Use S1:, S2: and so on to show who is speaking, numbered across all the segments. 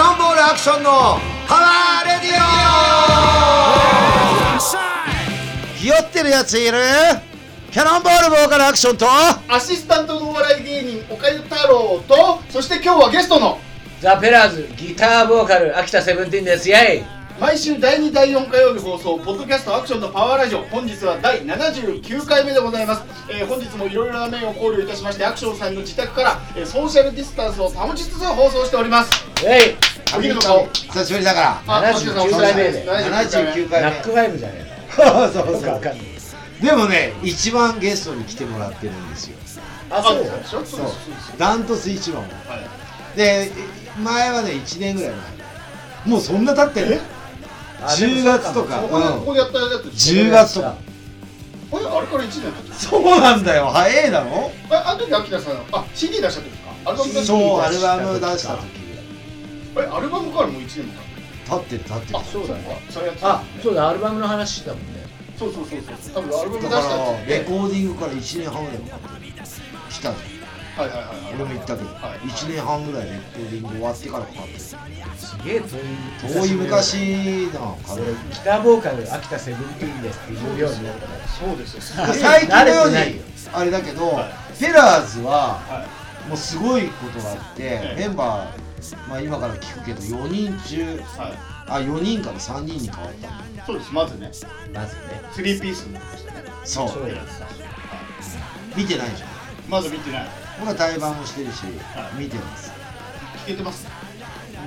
S1: ションのパワーレディオひよってるやついるキャノンボールボーカルアクションと
S2: アシスタントのお笑い芸人岡井太郎とそして今日はゲストの
S3: ザ・ペラーズギターボーカル秋田セブンティーンですイェイ
S2: 毎週第2第4火曜日放送ポッドキャストアクションのパワーラジオ本日は第79回目でございます、えー本日もいろいろな面を考慮いたしましてアクションさんの自宅から、えーソーシャルディスタンスを保ちつつ放送しております
S3: イェイ
S2: お昼の顔
S1: 久しぶりだから
S3: 79回目で
S1: 79
S3: ナ
S1: 回
S3: ックライブじゃね
S1: 目そう
S3: え
S1: そ
S3: のわ
S1: う
S3: かんない
S1: でもね一番ゲストに来てもらってるんですよ
S2: あ
S3: あ
S2: そ
S3: そうう
S2: でしょそう
S1: そう
S2: ですそうです
S1: ダントツ一番
S2: はい
S1: で前はね1年ぐらい前もうそんな経ってる
S3: あ
S1: 10月とか
S2: ここで
S1: うん
S2: ここでやったやつ
S1: 10月とか
S2: これあれから1年経つ
S1: そうなんだよ早いだろ
S2: えあの時秋田さんあ CD 出した時かアルバム出した時
S1: そうア
S2: か
S1: ルバム出した時
S2: えアルバムからもう1年も経って
S1: 経ってる経ってる
S2: あそうだねそれやってたん
S3: あ
S2: だね
S3: そうだアルバムの話だもんね
S2: そうそうそうそう多分アルバム出
S1: だか
S2: した
S1: ら
S2: 時
S1: レコーディングから1年半ぐらいかかってる来たの
S2: はいはいはいはい
S1: 俺も行ったけど
S2: はい
S1: 1年半ぐらいレコーディング終わってからかかって
S3: すげえ遠い
S1: る遠い昔なのかな
S3: ギターボーカル秋田セブンティーンですって言うようになるから
S2: そうですよす
S3: はい
S1: 最近のよう
S3: 慣れてない
S1: に
S3: よ
S1: あれだけど
S2: は
S1: ペラーズは
S2: は
S1: もうすごいことがあって
S2: ええ
S1: メンバーまあ今から聞くけど4人中
S2: いは
S1: あ4人から3人に変わったんだ
S2: いそうですまずね
S3: まずね
S2: スリーピースになりましたね
S1: そう
S3: そうだ
S1: 見てないじゃん
S2: まず見てない
S1: 僕は対バンもしてるし
S2: は
S1: 見てます
S2: 聞けてます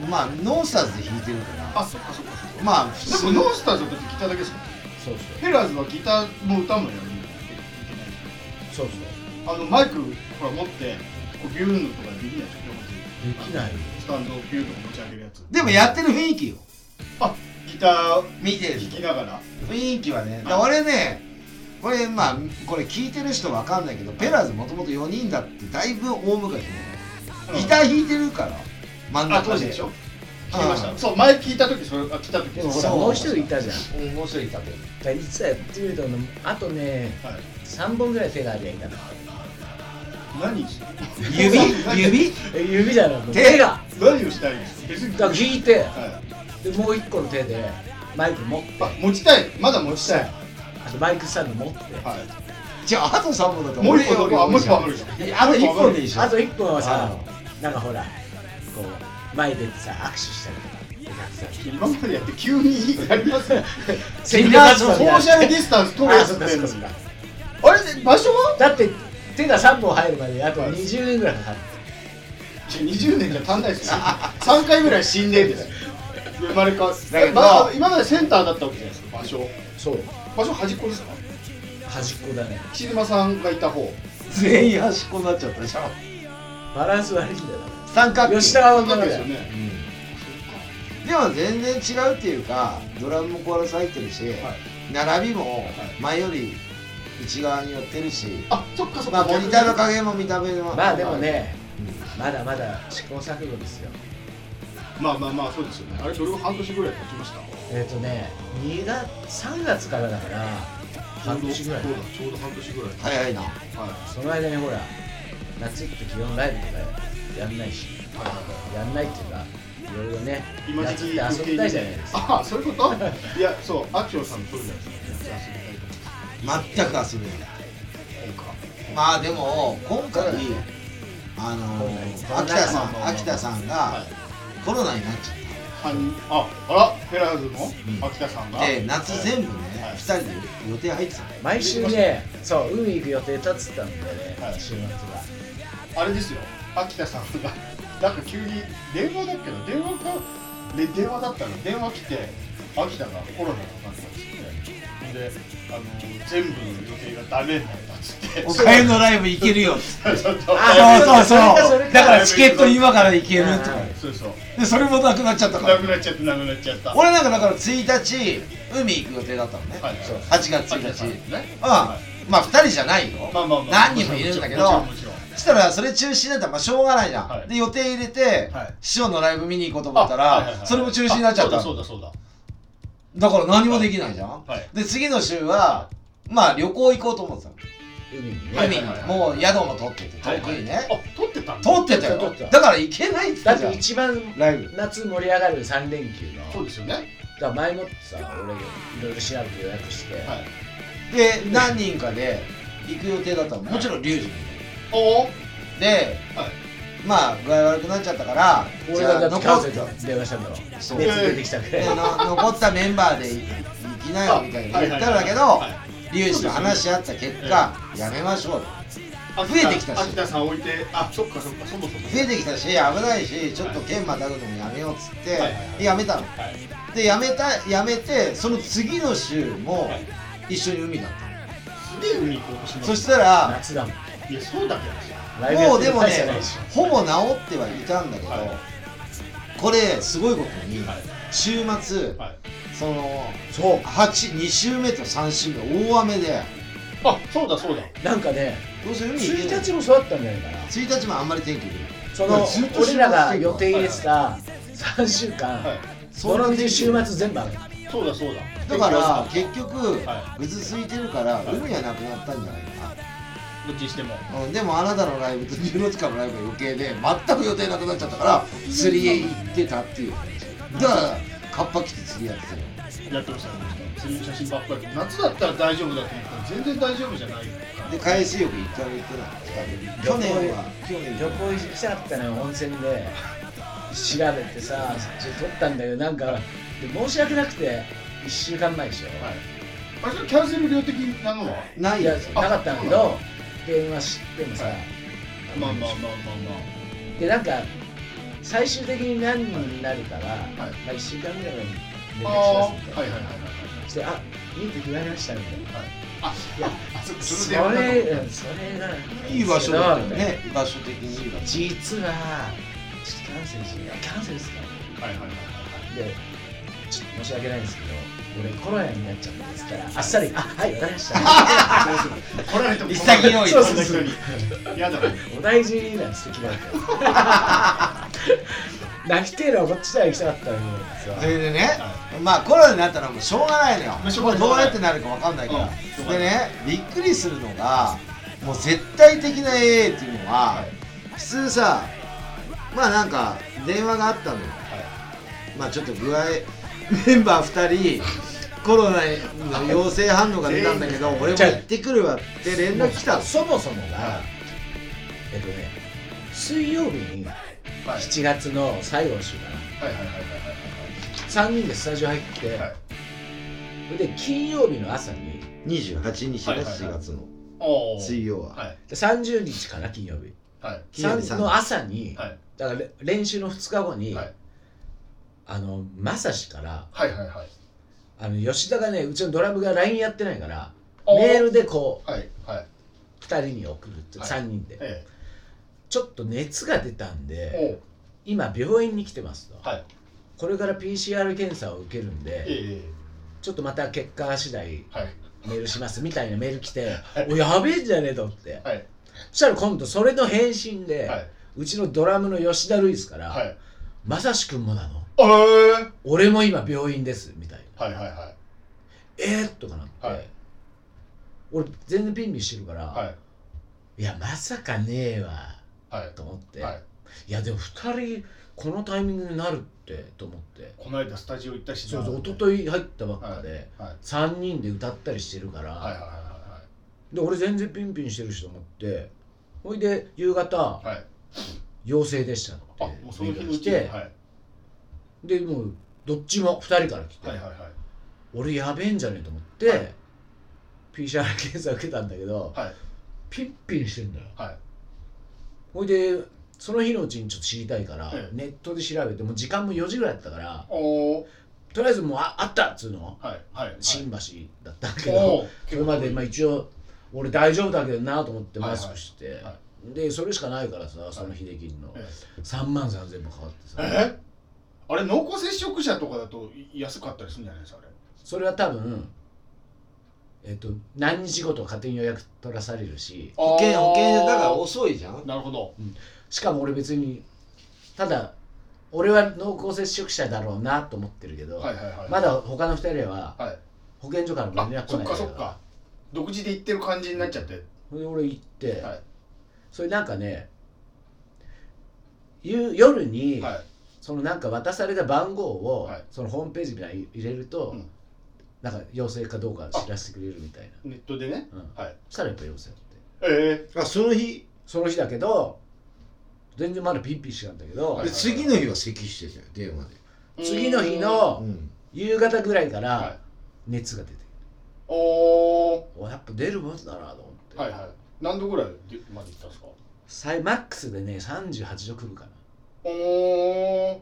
S1: まあノンスターズで弾いてるから
S2: あそっかそっかそっか
S1: まあ普
S2: で
S1: 通
S2: もノースターズの時聞いただけですか
S3: そう
S2: ヘラーズはギターも歌もやるんだよ
S3: そうそうそう
S2: あのマイクほら持ってこうビューンのとかできないでしょ
S3: できないよ
S2: スタンドをビューンとか持ち上げるやつ
S1: でもやってる雰囲気よ
S2: あギター
S1: 見てる
S2: 弾きながら
S1: 雰囲気はねだから俺ねこれまあこれ聞いてる人わかんないけどペラーズもともと4人だってだいぶ大昔ねギター弾いてるから真ん
S2: あ
S1: 中
S2: 当時
S1: で
S2: でしょ
S1: あ
S2: 聞きましたそう前聞いた時それあ来た時
S3: でもほ
S1: そ
S3: ら
S1: う
S3: もう一人いたじゃん
S1: うん面白いだけ
S3: だからいつやってみるとねあとね
S2: はい
S3: 3本ぐらい手がありゃいいんだな
S2: 何して
S1: 指指
S3: え指じゃなくて
S1: 手
S3: 手が
S2: 何をしたいんですか別に
S3: だから弾いて
S2: はい
S3: でもう一個の手でマイク持って
S2: あ持ちたいまだ持ちたい
S3: あとマイクスタンド持って
S2: はい
S1: じゃああと3本だと
S2: もう一個あもう一個あるじゃん
S1: いやあと1本でいいじゃん
S3: あと1本はさ
S1: あ
S3: なんかほらこう前でさ握手したりとかお客さん
S2: 今までやって急にやりますね
S3: セ
S1: ミ
S3: ミ
S1: ナ
S3: ナ
S1: ー
S3: ー
S1: そ
S3: ソ
S1: う
S2: ソーシャルディスタンス取るやつってんのにあれ場所は
S3: だって手が3本入るまであと20年ぐらいかかる
S2: じゃあ20年じゃ足んない ですよ3回ぐらい死んでるんですよ生まれ変わって
S1: だけど
S2: まあ今までセンターだったわけじゃないですか場所
S3: そう
S2: 場所端っこですか
S3: 端っこだね
S2: 岸島さんがいた方
S1: 全員端っこになっちゃったじゃん
S3: バランス悪いんだよ
S1: 三角形
S3: 吉田は
S2: そ
S3: 女
S2: う
S3: の
S2: で
S3: 子
S2: す
S3: だ
S2: よ
S3: よ
S2: ね
S1: うんでも全然違うっていうかドラムもコーラス入ってるし、
S2: はい
S1: 並びも前より内側に寄ってるし、
S2: あそっかそっ
S1: ま
S2: か
S1: あモニターの加減も見た目も
S3: まあでもねまだまだ試行錯誤ですよ
S2: まあまあまあそうですよねあれそれを半年ぐらい経ちました
S3: えっ、とね2月3月からだから半年ぐらい
S2: そうだちょうど半年ぐらい
S1: 早いな
S2: はい
S3: その間にほら夏って気温ライブとかやんないし
S2: はいはいはい
S3: やんないっていうかいろいろね
S2: 今時期
S3: 夏って遊びたいじゃないですか
S2: ああそういうこといやそうアクションさんもそうじゃないですか遊びたいと
S1: 全く遊べない
S2: か
S1: まあでも今回あの
S3: そう
S1: 秋
S3: だね
S1: 田さ
S2: まあまあま
S1: ん
S2: あ
S1: 秋田さん
S2: は
S1: がコロナになっちゃっ
S2: い犯人ああらフェラーズの秋田さんが、
S1: たで夏全部ね
S2: はい
S1: 2人で予定入ってたの
S3: 毎週ねそう海行く予定立ってたんだよね、
S2: はい
S3: 週末が
S2: あれですよ秋田さんがなんか急に電話だっけど電話かで電話だったの電話来て秋田がコロナにかかってましてであの全部の予定がダメになったっつって
S1: おかゆのライブ行けるよっつって
S2: ちょっと
S3: あそうそうそう
S1: れだからチケット今から行けるとか
S2: そうそう
S1: でそれもなくなっちゃったから
S2: なくなっちゃったなくなっちゃった
S1: 俺なんかだから1日海行く予定だったのね、
S2: はい
S3: そう
S1: 8月
S2: 秋
S1: 1
S2: 田さ
S1: 日
S2: ん
S1: う
S2: ね
S1: ん、
S2: は
S1: まあ2人じゃないよ、
S2: まあまあまあ
S1: 何人もいるんだけど
S2: もちろんもちろんもち
S1: そしたらそれ中止になったらまあしょうがないじゃん、
S2: はい
S1: で予定入れて、
S2: はい
S1: 師匠のライブ見に行こうと
S2: ろん
S1: 思ったら、
S2: あはいはいはい
S1: それも中止になっちゃった
S2: あ
S1: だ
S2: そうだそうだ
S1: から何もできないじゃん、
S2: はい
S1: で次の週はまあ旅行行こうと思ってたの、
S3: 海にね、
S2: はい
S1: 海に
S2: はいはい
S1: もう宿も取ってて
S2: そうだ
S1: 遠くにね、
S2: あ撮ってたんだ
S1: 撮ってた
S3: 撮
S1: よ
S3: ってた
S1: だから行けないって言
S3: だ
S1: っ
S3: って
S1: たじ
S3: 一番
S1: ゃんライブ
S3: 夏盛り上がる3連休の
S2: そうですよね
S3: だから前もってさ俺いろいろ調べて予約して、
S2: はい
S1: で何人かで行く予定だったのもちろんリュウジも
S2: おお
S1: いて
S2: はい
S1: でまあ具合悪くなっちゃったから
S3: 俺がだってカ
S1: 残っ
S3: ウセルと電話したんだろ熱
S1: そう
S3: 出てきたくらい
S1: での残ったメンバーで行きなよみたいな言ったんだけどリュウジと話し合った結果やめましょう増えてきたし
S2: 秋田さん置いてあそっかそっかそもそも
S1: 増えてきたし危ないしちょっと剣またぐのもやめようっつって、
S2: はいはいはい
S1: やめたの
S2: はい
S1: でやめたやめてその次の週も
S2: はい
S1: 一緒に海だったの、
S2: すげえ海行こうとします
S1: そしたら
S3: 夏だも
S2: い
S3: ん
S2: やそうだけどさ
S3: ライブや
S1: も
S3: っ
S1: う
S3: て
S1: で
S3: る
S1: も
S3: 場合
S1: ね
S3: じゃないし
S1: ほぼ治ってはいたんだけど、
S2: はい
S1: これすごいことに、
S2: はい
S1: 週末
S2: はい
S1: その
S3: そ
S1: 8 2週目と3週目大雨で
S2: あそうだそうだ
S3: うなんかね
S1: どうせ海行けない
S3: 1日もそうだったんじゃないかな
S1: 1日もあんまり天気良くない
S3: そ
S1: いや
S3: の
S1: ずっと
S3: 俺らが予定入れてた3週
S2: は
S3: 間
S2: い
S3: その週末全部雨
S2: そうだそう
S1: だ
S2: だ
S1: から結局
S2: は
S1: ぐずついてるから
S2: はい
S1: 海はなくなったんじゃないかな
S2: どっちにしても
S1: うん、でもあなたのライブと十の塚のライブが余計で全く予定なくなっちゃったから釣りへ行ってたっていうだからカッパ着て釣りやってたよ
S2: やってましたね釣りの写真ばっかり夏だったら大丈夫だと思ったら全然大丈夫じゃないから
S1: で海水浴行ったら行ってたの去年は去
S3: 旅
S1: 年
S3: 行行きたかったのよ温泉で調べてさそっち撮ったんだけどなんかで申し訳なくて1週間前でしょ
S2: はいあそれキャンセル料的なのは
S1: ない
S3: いや
S1: よ
S3: なかったんだけど電話してもさ、
S2: はいまあまあまあまあ
S3: でなんか最終的に何人になるから、まあ、1週間ぐらい前に連
S2: まあ
S3: 絡し
S2: あ
S3: ますみ
S2: ーは
S3: たいな、
S2: いはいはいはい
S3: してあいいって決まりましたみたいな
S2: あ
S3: いや
S2: あそ
S3: そ
S2: それでや
S3: れ
S2: めたの
S3: うんそれが
S1: いい場所だったよね場所的にいい場所
S3: 実はちょっとキャンセルしようキャンセルですか
S2: はいはいはいはい
S3: でちょっと申し訳ないんですけど俺コロナになっちゃったんですからあっさりあはいわかりました
S2: 来られても
S1: 潔いな
S2: そうそうそうやだ
S3: お大事になんて 素敵だった泣きてえ のはこっちでは行きたかったのに
S1: それでねまあコロナになったらもうしょうがないのよ
S2: まあしょう
S1: も
S2: が
S1: う
S2: ない
S1: どうやってなるかわかんないから、
S2: うん
S1: でねびっくりするのがもう絶対的な AA っていうのは、
S2: はい
S1: 普通さまあなんか電話があったのよ、まあちょっと具合メンバー2人コロナの陽性反応が出たんだけど俺も行ってくるわって連絡来たの
S3: そもそもが、
S1: はい
S3: えっとね水曜日に
S2: はい
S3: 7月の最後の週か
S2: はいはいはいはい
S3: な3人でスタジオ入って、
S2: はいはい
S3: で金曜日の朝に
S1: 28日
S2: はい
S1: ね
S2: はいはい
S1: 4月の
S2: おー
S1: 水曜は、
S2: はい
S3: 30日かな金曜日
S2: はい
S1: 金曜日
S3: 3の朝に、
S2: はい
S3: だかられ練習の2日後に、
S2: はい
S3: あのまさしから
S2: はいはいはい
S3: あの吉田がねうちのドラムが LINE やってないから
S2: おー
S3: メールでこ
S2: はいはい。
S3: う2人に送るって、
S2: はい
S3: 3人で
S2: え
S3: ちょっと熱が出たん
S2: え。
S3: で
S2: おう
S3: 今病院に来てますと
S2: はい。
S3: これから PCR 検査を受けるんで
S2: え
S3: ちょっとまた結果次第
S2: え。はい。
S3: メールしますみたいなメール来て
S2: はい
S3: おやべえんじゃねえと思って
S2: はい。
S3: そしたら今度それの返信で、
S2: はいう
S3: ちのドラムの吉田ルイスから、
S2: はい。
S3: まさしくんもなの
S2: ええ。はい
S3: 俺も今病院ですみたいな
S2: はいは
S3: えー、とかなって、
S2: はい
S3: 俺全然ピンピンしてるから、
S2: い。はい。
S3: い、やまさかねえわ
S2: はい。
S3: と思って、
S2: はいい、
S3: やでも2人このタイミングになるってと思って
S2: この間スタジオ行ったしな。
S3: そうそう一昨日入ったばっかで、
S2: はい。
S3: 3人で歌ったりしてるから、
S2: はいはいは
S3: で俺全然ピンピンしてるしと思ってほいで夕方、
S2: いはい。はい。
S3: 陽性でしたって
S2: あ、もうその日の
S3: メールが
S2: う
S3: 来
S2: ちに。
S3: て、
S2: はい。はい
S3: でもうどっちも2人から来て、
S2: はいはい。
S3: 俺やべえんじゃねえと思って、
S2: はい
S3: PCR 検査受けたんだけど、
S2: はい
S3: ピンピンしてんだよ
S2: はい。
S3: ほいでその日のうちにちょっと知りたいから、
S2: ええ
S3: ネットで調べてもう時間も4時ぐらいだったから
S2: おお。
S3: とりあえずもうああったっつうの
S2: はいはい。
S3: 新橋だったけど、
S2: おお。
S3: それまでまあ一応俺大丈夫だけどなと思って
S2: はいは
S3: マ
S2: い
S3: スクして、
S2: は
S3: でそれしかないからさその日できるの、
S2: え
S3: 3万3000も変わってさ、
S2: え。あれ濃厚接触者とかだと安かったりするんじゃないですかあれ。
S3: それは多分えっと何日後と勝手に予約取らされるし
S1: 保険保険だから
S2: お
S1: 遅いじゃん
S2: なるほど。
S3: しかも俺別にただ俺は濃厚接触者だろうなと思ってるけど、
S2: はいはいはい。
S3: まだ他の2人は
S2: はい。
S3: 保健所からも連
S2: あ
S3: 絡来
S2: そ
S3: な
S2: っ
S3: いか
S2: からそっか。独自で行ってる感じになっちゃって。
S3: それで俺行って、
S2: はい
S3: それなんかね夕夜に、
S2: はい
S3: そのなんか渡された番号を、
S2: はい
S3: そのホームページみたいに入れると、
S2: うん
S3: なんか陽性かどうか知らせてくれるみたい
S2: ネットでね
S3: な、うん、
S2: はい
S3: そしたらやっぱ陽性だって
S2: え
S1: あその日
S3: その日だけど全然まだピンピンしてたんだけど、
S2: はい
S1: で次の日は咳してたよ電話で、
S2: え
S3: 次の日
S1: う
S3: の
S1: ん、
S3: 夕方ぐらいか
S2: は
S3: ら
S2: い
S3: 熱が出てる、
S2: おー
S3: おやっぱ出るもんだなと思って、
S2: はいはい何度ぐらいでまで行ったんですか
S3: 最マックスでね38度くるかな
S2: おお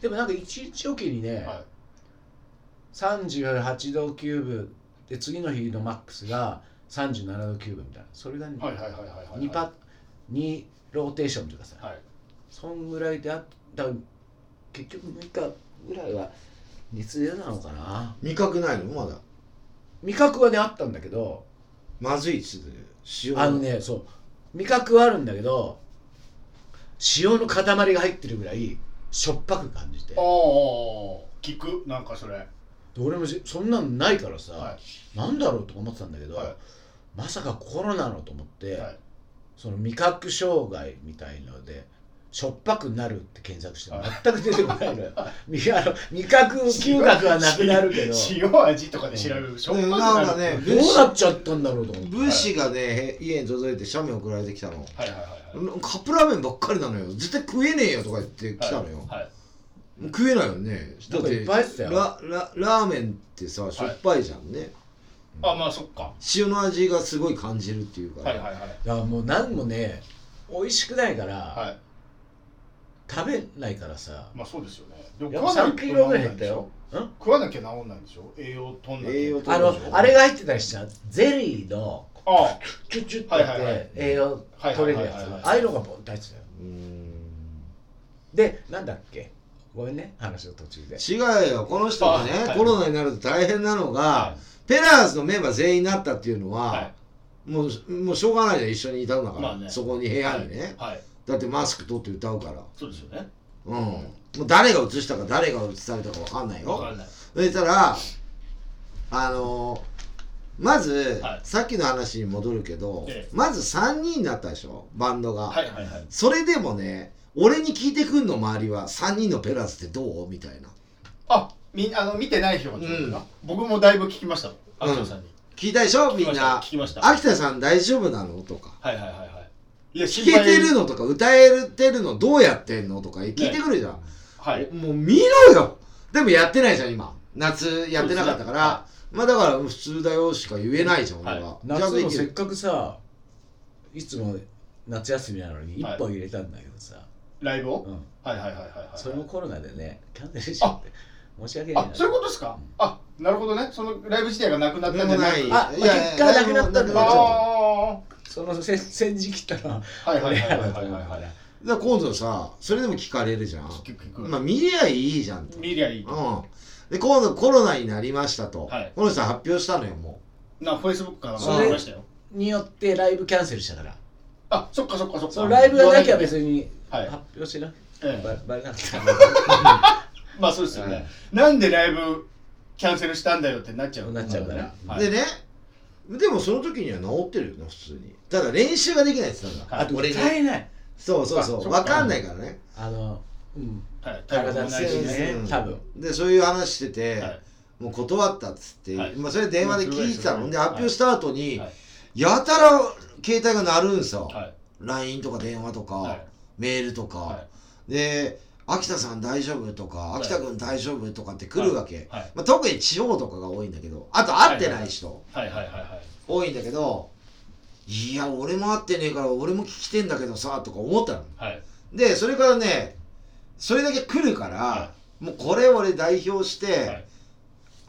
S3: でもなんか1日おきにね、
S2: は
S3: 38度9分で次の日のマックスが37度9分みたいなそれが、ね
S2: いはいはいはいはいはい
S3: 2パ2ローテーションというかさ、
S2: はい
S3: そんぐらいであった結局6日ぐらいは熱出なのかな
S1: 味覚ないのまだ
S3: 味覚はねあったんだけど
S1: まずいっつって塩
S3: あのねそう味覚はあるんだけど塩の塊が入ってるぐらいしょっぱく感じて
S2: ああ聞くなんかそれ
S3: で俺もじそんなのないからさ、
S2: は
S3: なんだろうとか思ってたんだけど、
S2: はい
S3: まさかコロナのと思って、
S2: はい
S3: その味覚障害みたいのでしょっぱくなるって検索しても全く出てこないのよ味あの味覚嗅覚はなくなるけど
S2: 塩味とかで調べるしょっぱ
S1: で
S2: く
S1: なん
S2: な
S1: か
S2: る
S1: ね
S3: どうなっちゃったんだろうと思って
S1: 物資がね家に届いて写メ送られてきたの
S2: はいはいはいはい
S1: カップラーメンばっかりなのよ絶対食えねえよとか言ってきたのよ、
S2: はいはい
S1: もう食えないよねだ
S3: なんかいっぱい入ってたよ
S1: ラララーメンってさしょっぱいじゃんね、
S2: あまあそっか
S1: 塩の味がすごい感じるっていうから、
S2: はいはいはい
S3: だからもう何もね美味しくないから、
S2: はい
S3: 食べないからさ
S2: まあそうですよねでも
S3: やっぱ
S2: 食わな
S3: 3
S2: きゃ
S3: キ
S2: 治
S3: ロ
S2: んな
S3: ぐ
S2: い
S3: らい減
S2: ん
S3: った
S2: でし
S3: よ
S2: ょ
S3: ん
S2: 食わなきゃ治んないんでしょ栄養とんなきゃ
S1: 栄養と
S3: あのあれが入ってたりしたゼリーの
S2: ああ
S3: チュッチュッってやっ
S2: はいはいは
S3: て
S2: い
S3: 栄養取れるや
S2: はいはいはいはい
S3: つああいうのがボンって入ってたよ
S1: うーん
S3: でなんだっけごめんね話の途中で
S1: 違うよこの人がね、
S2: あはい
S1: コロナになると大変なのが、
S2: は
S1: ペラーズのメンバー全員になったっていうのは、
S2: は
S1: もうもうしょうがないじゃん一緒にいたんだから、
S2: まあね
S1: そこに部
S2: い
S1: 屋にね、
S2: はいはい
S1: だってマスク取って歌うから
S2: そうですよね
S1: うんもう誰が移したか誰が移されたか分かんないよ
S2: わからない
S1: そしたらあのーまず、
S2: はい
S1: さっきの話に戻るけど、
S2: ええ
S1: まず3人になったでしょバンドが、
S2: はいはいはい
S1: それでもね俺に聞いてくんの周りは3人のペラーズってどうみたいな
S2: あみあの見てない人が聞いてるな僕もだいぶ聞きました秋田さんに
S1: 聞いたでしょみんな
S2: 聞きました聞きまし
S1: 秋田さん大丈夫なのとか
S2: たはいはいはいはいいや
S1: 聞
S2: 心
S1: け
S2: 配
S1: てるのとか歌えてるのどうやってんのとか聞いてくるじゃん、
S2: はい
S1: もう見ろよでもやってないじゃん今夏やってなかったから、まあだから普通だよしか言えないじゃん俺は、じゃあ
S3: 夏
S1: で
S3: も
S1: き
S3: せっ
S1: る
S3: かくさいつも夏休みなのに
S2: はい
S3: 1本入れたんだけどさ、
S2: ライブを
S3: うん、
S2: はいはいはいはいはい
S3: それもコロナでねキャンセルしちゃって申し訳ない
S2: あ
S3: な
S2: そういうことですかあなるほどねそのライブ自体がなくなったんじゃな
S1: で
S2: い
S1: も
S3: あ
S1: いやいや
S3: 結果なくなったんだ
S1: いやいや
S2: あ
S1: なくなっちゃった
S2: あ
S3: そのせ先時切ったのは
S2: ーはいはい
S3: 俺
S2: はいは
S3: ら
S2: いはい
S3: だと
S2: はい
S3: 思う
S2: はい
S3: から
S1: だから今度さそれでも聞かれるじゃん
S2: 聞く聞く
S1: まあ見りゃいいじゃんと
S2: 見りゃい
S1: う
S2: い
S1: んで今度コロナになりましたと、
S2: はい
S1: この人は発表したのよも
S2: なフェイスブックから
S1: それ
S2: 見ましたよ
S3: によってライブキャンセルしたから
S2: あそっかそっかそっか
S3: そのライブがなきゃ
S2: に
S3: 別に
S2: はい
S3: 発表しなく
S2: ええ
S3: ばばれなかった
S2: まあそうですよ
S1: は
S2: ね
S1: い
S2: なんでライブキャンセルしたんだよってなっちゃう
S3: なっちゃうから
S2: ね
S1: う、
S2: はい
S1: でねでもその時には治ってるよね普通にただ練習ができないって言ってたんだ、
S2: はい
S3: あと
S1: 俺に
S3: 歌えない
S1: そうそうそ
S2: あ
S1: う
S2: そっか
S1: 分かんないからね
S3: あのうん
S2: はい体
S3: 体
S2: も
S3: の
S2: ない
S3: せ
S2: し
S3: い
S1: で
S2: ね
S3: ね
S1: うん
S3: 多分
S1: でそういう話してて、
S2: はい
S1: もう断ったっつって、
S2: はい
S1: まあ、それ電話で聞いてた
S2: う
S1: の
S2: ん
S1: で発表した後に、
S2: はい
S1: やたら携帯が鳴るんさ、
S2: はい
S1: LINE とか電話とか、
S2: はい
S1: メールとか、
S2: は
S1: で秋田さん大丈夫とか
S2: い
S1: 秋田君大丈夫とかって来るわけ、
S2: いはい
S1: まあ、特に地方とかが多いんだけどあと会ってない人
S2: はいはいはいはい
S1: 多いんだけど、いや俺も会ってねえから俺も聞きてんだけどさとか思ったの
S2: はい
S1: でそれからねそれだけ来るから、
S2: は
S1: もうこれ俺代表し
S2: は
S1: て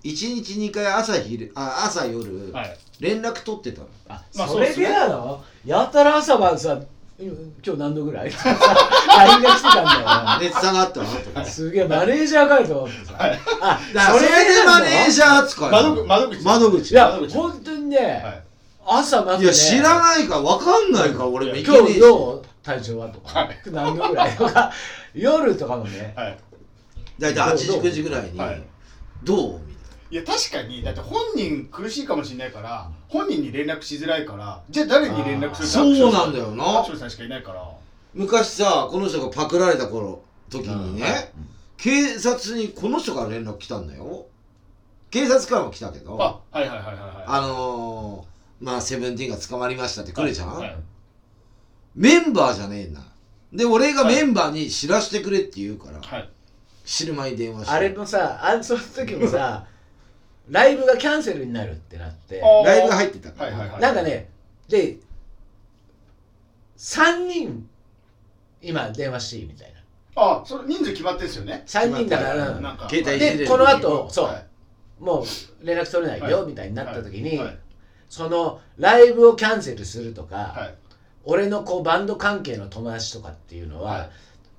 S2: い
S1: 1日2回朝昼あ朝夜
S2: はい
S1: 連絡取ってたの、
S3: あ
S2: まあ
S3: それ
S2: そうっすね
S3: でなのやたら朝晩さ今今日何度ぐらい LINE が来てたんだよな
S1: 熱下がったな とか
S3: すげえマネージャーかいと思ってさ、
S2: はい
S3: あ
S1: だからそれでマネージャー扱いな
S2: 窓
S1: の
S2: 口
S1: 窓
S2: 窓口
S1: 口
S3: いや
S2: 窓口
S3: 本当にね、
S2: はい
S3: 朝まず、
S1: い
S3: ね、
S1: や知らないから分かんないから俺も行け
S3: 今
S1: ねえ
S3: 日
S1: し
S3: どう体調はとか、
S2: はい
S3: 何度ぐらいとか夜とかもね
S2: はい
S1: 大体8時
S3: どう
S1: 9時ぐらいに
S2: はい
S1: 「どう?」みたい
S2: いや確かにだって本人苦しいかもしれないから本人に連絡しづらいからじゃあ誰に連絡する
S1: なそ
S2: か
S1: うなんだよな
S2: アクションさんしかいないから
S1: 昔さこの人がパクられた頃時にね、
S2: うんは
S1: 警察にこの人から連絡来たんだよ警察からも来たけど
S2: あはいはいはいはいはい
S1: あのー、まあ、セブンティーンが捕まりましたってくれちゃん、
S2: はい
S1: メンバーじゃねえな。で、俺がメンバーに知らせてくれって言うから、
S2: はい
S1: 知る前に電話して。
S3: あれもさあんその時もさライブがキャンセルになるってなって
S2: あ
S1: ライブが入ってたから。
S2: はいはいはい
S3: なんかねで3人今電話していいみたいな
S2: あそれ人数決まってんすよね
S3: 3人だか
S1: 決ま
S3: ら
S1: っ
S3: うん
S2: なんか
S1: 携帯いじれ
S3: で
S1: る
S3: この後そう、
S2: はい
S3: もう連絡取れない
S2: は
S3: よ
S2: い
S3: みたいになった時に、
S2: はいはい
S3: そのライブをキャンセルするとか、
S2: はい
S3: 俺のこうバンド関係の友達とかっていうのは、
S2: はい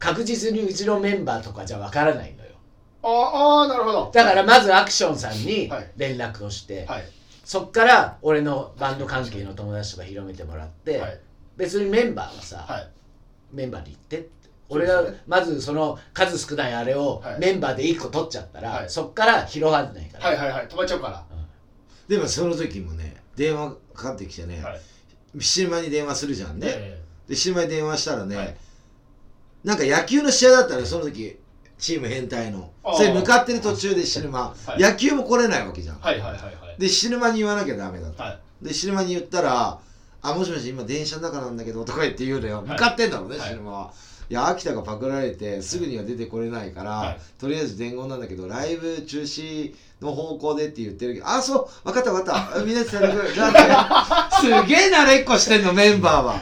S3: 確実にうちのメンバーとかじゃわからないのよ
S2: ああーなるほど
S3: だからまずアクションさんに
S2: はい
S3: 連絡をして、
S2: はい
S3: そっから俺のバンド関係の友達とか広めてもらって、
S2: はい
S3: 別にメンバーはさ、
S2: はい
S3: メンバーで行ってって
S2: そう
S3: 俺
S2: ですね
S3: がまずその数少ないあれを
S2: はい
S3: メンバーで1個取っちゃったら、
S2: はい
S3: そっから広がらないから、
S2: はいはいはい止まっちゃうから
S1: でもその時もね、電話かかってきてね、
S2: はい
S1: 知る前に電話するじゃんね。
S2: え
S1: で、知る前に電話したらね、
S2: はい
S1: なんか野球の試合だったのよ、その時、チーム変態の
S2: あ。ー
S1: それ向かってる途中で死ぬ間、
S2: はい
S1: 野球も来れないわけじゃん。
S2: ーはいはいはいはい
S1: で、死ぬ間に言わなきゃダメだと。
S2: はい
S1: で、死ぬ間に言ったら、あ、もしもし、今電車の中なんだけど、とか言って言うのよ。
S2: い
S1: 向かってんだろうね、
S2: はい
S1: 死ぬ間は。いや、秋田がパクられて、すぐには出てこれないから、
S2: はい
S1: とりあえず伝言なんだけど、ライブ中止の方向でって言ってるけど、あ、そう、わかったわかった。みんなで連 絡、だって、すげえ慣れっこしてんの、メンバーは。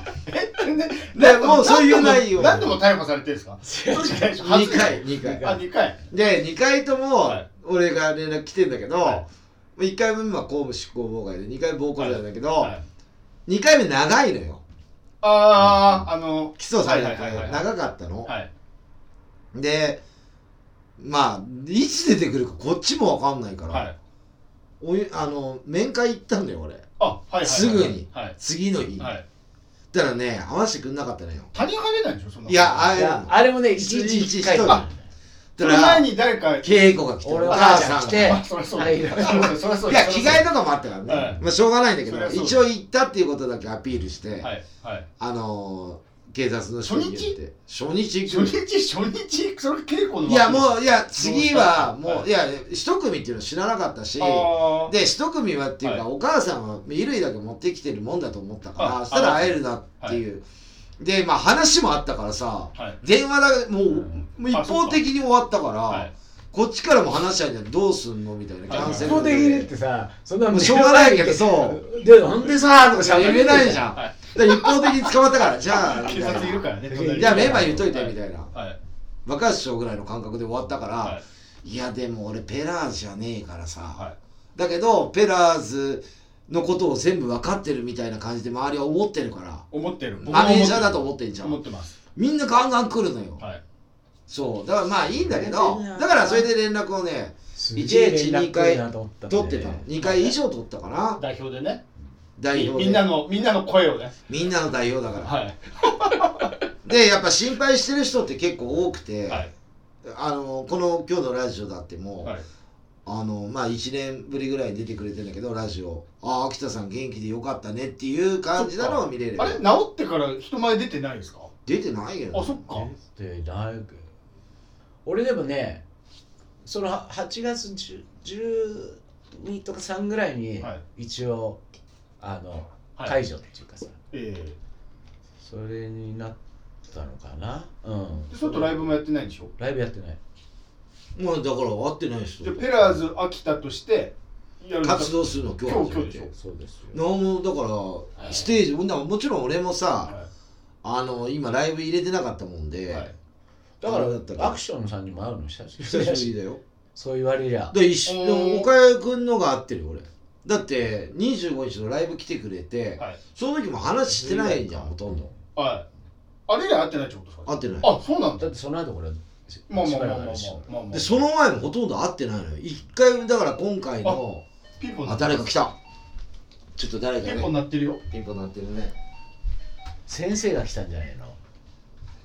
S1: で、もうそういう内容。
S2: 何度も逮捕されてるんですか
S3: 違う
S2: それしかないでしょ
S1: 2回、2回。
S2: あ二回
S1: で2回とも
S2: はい
S1: 俺が連絡来てんだけど、
S2: は
S1: 1回目は公務執行妨害で2回暴行罪なんだけど、
S2: はい
S1: 2回目長いのよ
S2: あああの
S1: 起訴されて
S2: はいはいはいはい
S1: 長かったの、
S2: はい
S1: でまあいつ出てくるかこっちも分かんないから、
S2: はい
S1: おいあの面会行ったんだよ俺
S2: あはいはいはい
S1: すぐに
S2: はい
S1: 次の日、
S2: はい
S1: だからね会わせてくんなかったのよ
S2: 他人はねないでしょそんない
S1: やあ
S3: い
S1: れ
S3: やあれもねいちいち1回
S1: 一人
S3: あ
S2: そ
S1: だ
S2: の
S1: から
S2: 前に誰か
S1: 稽古が来て
S3: 俺
S1: お
S3: は
S1: 母
S3: 母ちゃん
S1: さ
S3: 来
S1: ん
S3: て
S1: が
S2: あそりゃそうだ
S3: はい
S2: そりゃそうだそ
S1: い
S2: りゃ
S1: や
S2: そうだ
S1: 着替えとかもあったからね、
S2: はい
S1: まあしょうがないんだけ
S2: そり
S1: ど
S2: ゃそう
S1: 一応行ったっていうことだけアピールして、
S2: はいはい
S1: あのー、警察の人に言って初日
S2: 初
S1: 行く
S2: 日初日それ稽古の
S1: いやもういや次はもう、
S2: どうしたはい
S1: い、や一組っていうの知らなかったし
S2: あー
S1: で一組はっていうか、
S2: はい
S1: お母さんは衣類だけ持ってきてるもんだと思ったから
S2: あ
S1: そしたら会えるなっていう、でまあ話もあったからさ
S2: はい
S1: 電話だもう,、もう一
S2: あそっ
S1: 方
S2: か
S1: 的に終わったから、
S2: はい
S1: こっちからも話し合いじゃんどうすんのみたいなキ
S2: はい
S1: ャンセ
S3: 一
S1: ル
S3: 方的にっ
S1: で
S3: てさそんなも
S1: しょうがないけどそう
S3: でなんでさとかしゃべれ
S1: 言え
S3: な
S1: ないい
S3: じ
S1: じ
S3: ゃん
S1: ゃん
S2: はい
S1: で一方的に捕まったからじゃあみ
S2: 警
S1: たいな
S2: 察いるからね隣に
S1: じゃあメンバー言っといてみたいな
S2: はい
S1: 若い師匠ぐらいの感覚で終わったから、
S2: はい
S1: いやでも俺ペラーズじゃねえからさ、
S2: はい
S1: だけどペラーズのことを全部分かってるみたいな感じで周りは思ってるから
S2: 思ってる僕も
S1: マネージャーだと
S2: 思っ
S1: 思ってん
S2: て
S1: じ
S2: る
S1: ゃ
S2: 思っ
S1: ん
S2: てます
S1: みんなガンガン来るのよ、
S2: はい
S1: そうだからまあいいんだけ
S3: 全
S1: ど
S3: 然な
S1: だからそれで連絡をね
S3: す
S1: 1
S3: げえ
S1: 日
S3: 連
S1: 2
S3: 絡来る
S1: 回
S3: なと思ったんで
S1: 取ってたの2回以上取ったかな
S2: 代表でね
S1: 代表
S2: み
S1: で
S2: んなのみんなの声をね
S1: みんなの代表だから
S2: は
S1: でやっぱ心配してる人って結構多くて、
S2: いはい
S1: あのこの今日のラジオだってもう、
S2: はい
S1: あのまあ1年ぶりぐらいに出てくれてんだけどラジオああ秋田さん元気でよかったねっていう感じなのを見れる
S2: あれ治ってから人前出てないですか
S1: 出てないよ
S2: あそっか
S3: 出てないけど俺でもねそのは8月10 12とか3ぐらいに
S2: はい
S3: 一応、あの
S2: はい
S3: 解除っていうかさ、
S2: え
S3: それになったのかなうん
S2: えちょっとライブもやってないんでしょ
S3: ライブやってない
S1: もうだから会ってない人
S2: じゃあペラーズ秋田としてやるんだ
S1: 活動するの今日
S2: 今日
S1: 初
S2: 今
S1: め
S2: 日で
S1: て
S2: しょ
S3: そうですよ
S1: なんもだか
S3: はい
S1: らステージ、ほんならもちろん俺もさ
S2: は
S1: あの今ライブ入れてなかったもん
S2: い
S1: で、
S2: はい
S3: だから
S1: あれだったら
S3: アクションさんにも会うの久しぶ
S1: 久
S3: りだ
S1: し
S3: し
S1: ぶりだよ
S3: そう言われりゃ
S1: で一緒
S2: おー
S1: でも岡谷君のが合ってるよ俺だって25日のライブ来てくれて、
S2: はい
S1: その時も話してないじゃんほとんど
S2: はいあれ以来会ってないってことですか
S1: 会ってない
S2: あそうなんだ
S3: だってその後これし
S2: まあま
S3: し
S2: あ
S3: ば
S2: まあまあ
S3: らく
S2: まあ
S3: 話して
S2: まあまあ
S1: でその前もほとんど会ってないのよ一回だから今回の
S2: ピンポン
S1: あ
S2: 鳴
S1: 誰か来たちょっと誰か
S2: ピ
S1: ね
S2: ンポン鳴ってるよ
S1: ピンポン鳴ってるね
S3: 先生が来たんじゃないの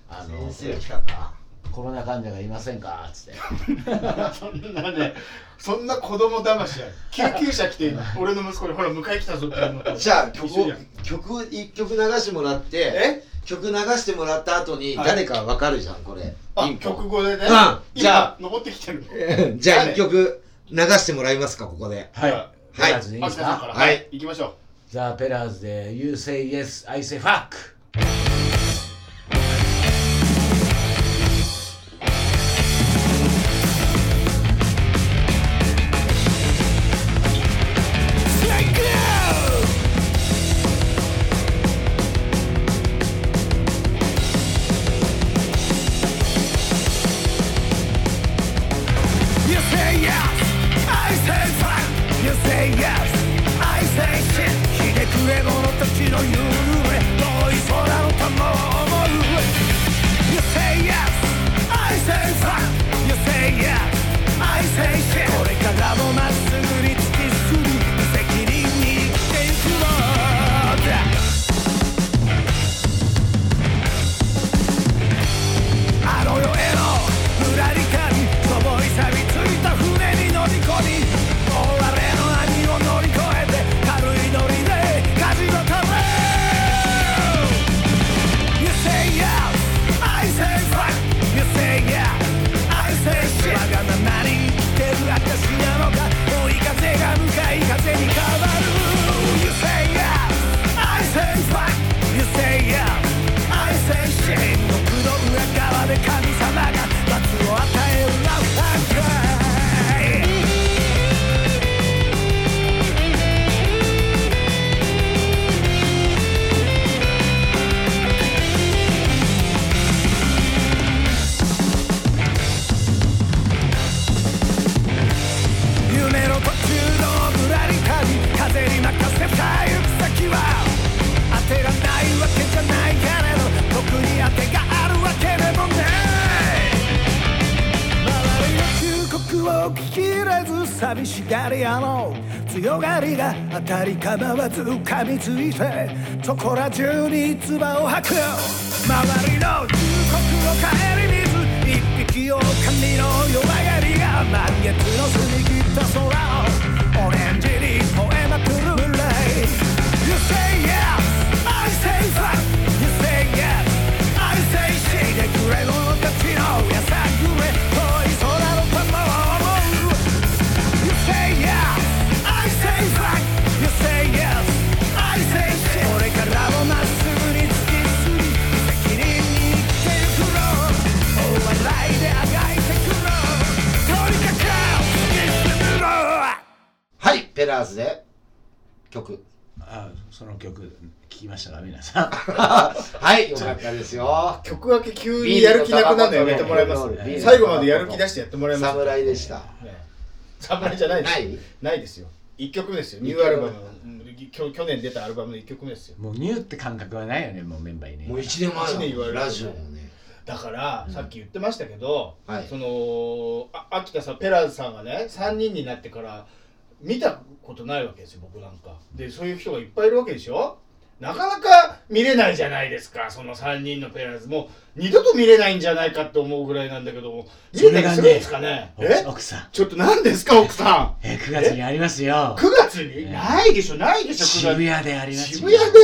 S3: あの
S1: 来たか
S3: コロナ患者がいませんかっつって
S2: そんなね、そんな子供騙しや。救急車来て、 俺の息子にほら迎え来たぞっていうのと。
S1: じゃあ曲
S2: 一緒
S1: を
S2: じゃん
S1: 曲一曲流してもらって
S2: え
S1: 曲流してもらった後に
S4: はい
S1: 誰かわかるじゃんこれ
S4: あ
S1: インポ
S4: 曲語でね、
S1: うんじゃあ
S4: 今登ってきてる
S1: じゃあ
S4: 誰
S1: 一曲流してもらいますかここで
S3: はい
S4: は
S3: ペラーズでいいで
S4: 秋
S3: す
S4: 田さんか
S3: から
S1: はい
S4: 行きましょう
S3: ザ・ペラーズで You say yes, I say fuck
S5: e これからもまっすぐに突き進み無責任に生きていくのだあの世へのぶらりかみしょぼい錆びついた船に乗り込み大荒れの波を乗り越えて軽いノリで舵のため You say yes, I say fuck. You say yeah, I say shit. わがままに生きてる私なのか。追い風が向かい風に変わる。You say yes, I say fuck. You say yeah, I say shit. 天国の裏側で神様が罰を与えるラフターイ。夢の途中のぶらり旅風に任せた行く先は当てがないわけじゃないけれど特に当てがあるわけでもない周りの忠告を聞き入れず寂しがり屋の強がりが当たり構わず噛みついてそこら中に唾を吐く周りの忠告を顧みず一匹狼の弱がりが満月の澄み切った空をオレンジに吠えまくる You say yes, I say fuck You say yes, I say shit ひでくれ者たちのやさぐれ遠い空のパワーを You say yes, I say fuck. You say yes, I say shit. これからもまっすぐに突き進み、責任に生きてゆくろ。お笑いであがいてくろ。とにかく突き進むろ。
S1: はいペラーズで 曲
S3: あその曲聞きましたか皆さん
S1: はいよかったですよ
S2: 曲明け急にやる気なくなるのやめてもらいます
S1: ビールのタバコとね
S2: 最後までやる気出してやってもらいます
S1: 侍でした
S2: ね侍じゃないです
S1: ない
S2: ないですよ1曲目ですよニューアルバムうんきょ去年出たアルバムの1曲目ですよ
S3: もうニューって感覚はないよねもうメンバーに
S1: もう
S3: ね
S1: 一年
S2: 一
S1: 前
S2: 年言わ
S1: の
S2: れる
S1: ラジオもね
S2: だからさっき言ってましたけど、
S1: はい
S2: そのあ秋田さんペラーズさんがね3人になってから見たことないわけですよ僕なんかでそういう人がいっぱいいるわけでしょなかなか見れないじゃないですかその3人のペラーズもう二度と見れないんじゃないかって思うぐらいなんだけども見れたりするんですかねえ
S3: 奥奥さん
S2: ちょっと何ですか奥 さん
S3: え9月にありますよ
S2: 9月に
S3: え
S2: ないでしょないでしょ
S3: 渋
S2: 9
S3: 谷
S2: 月
S3: でありますよ
S2: 渋谷で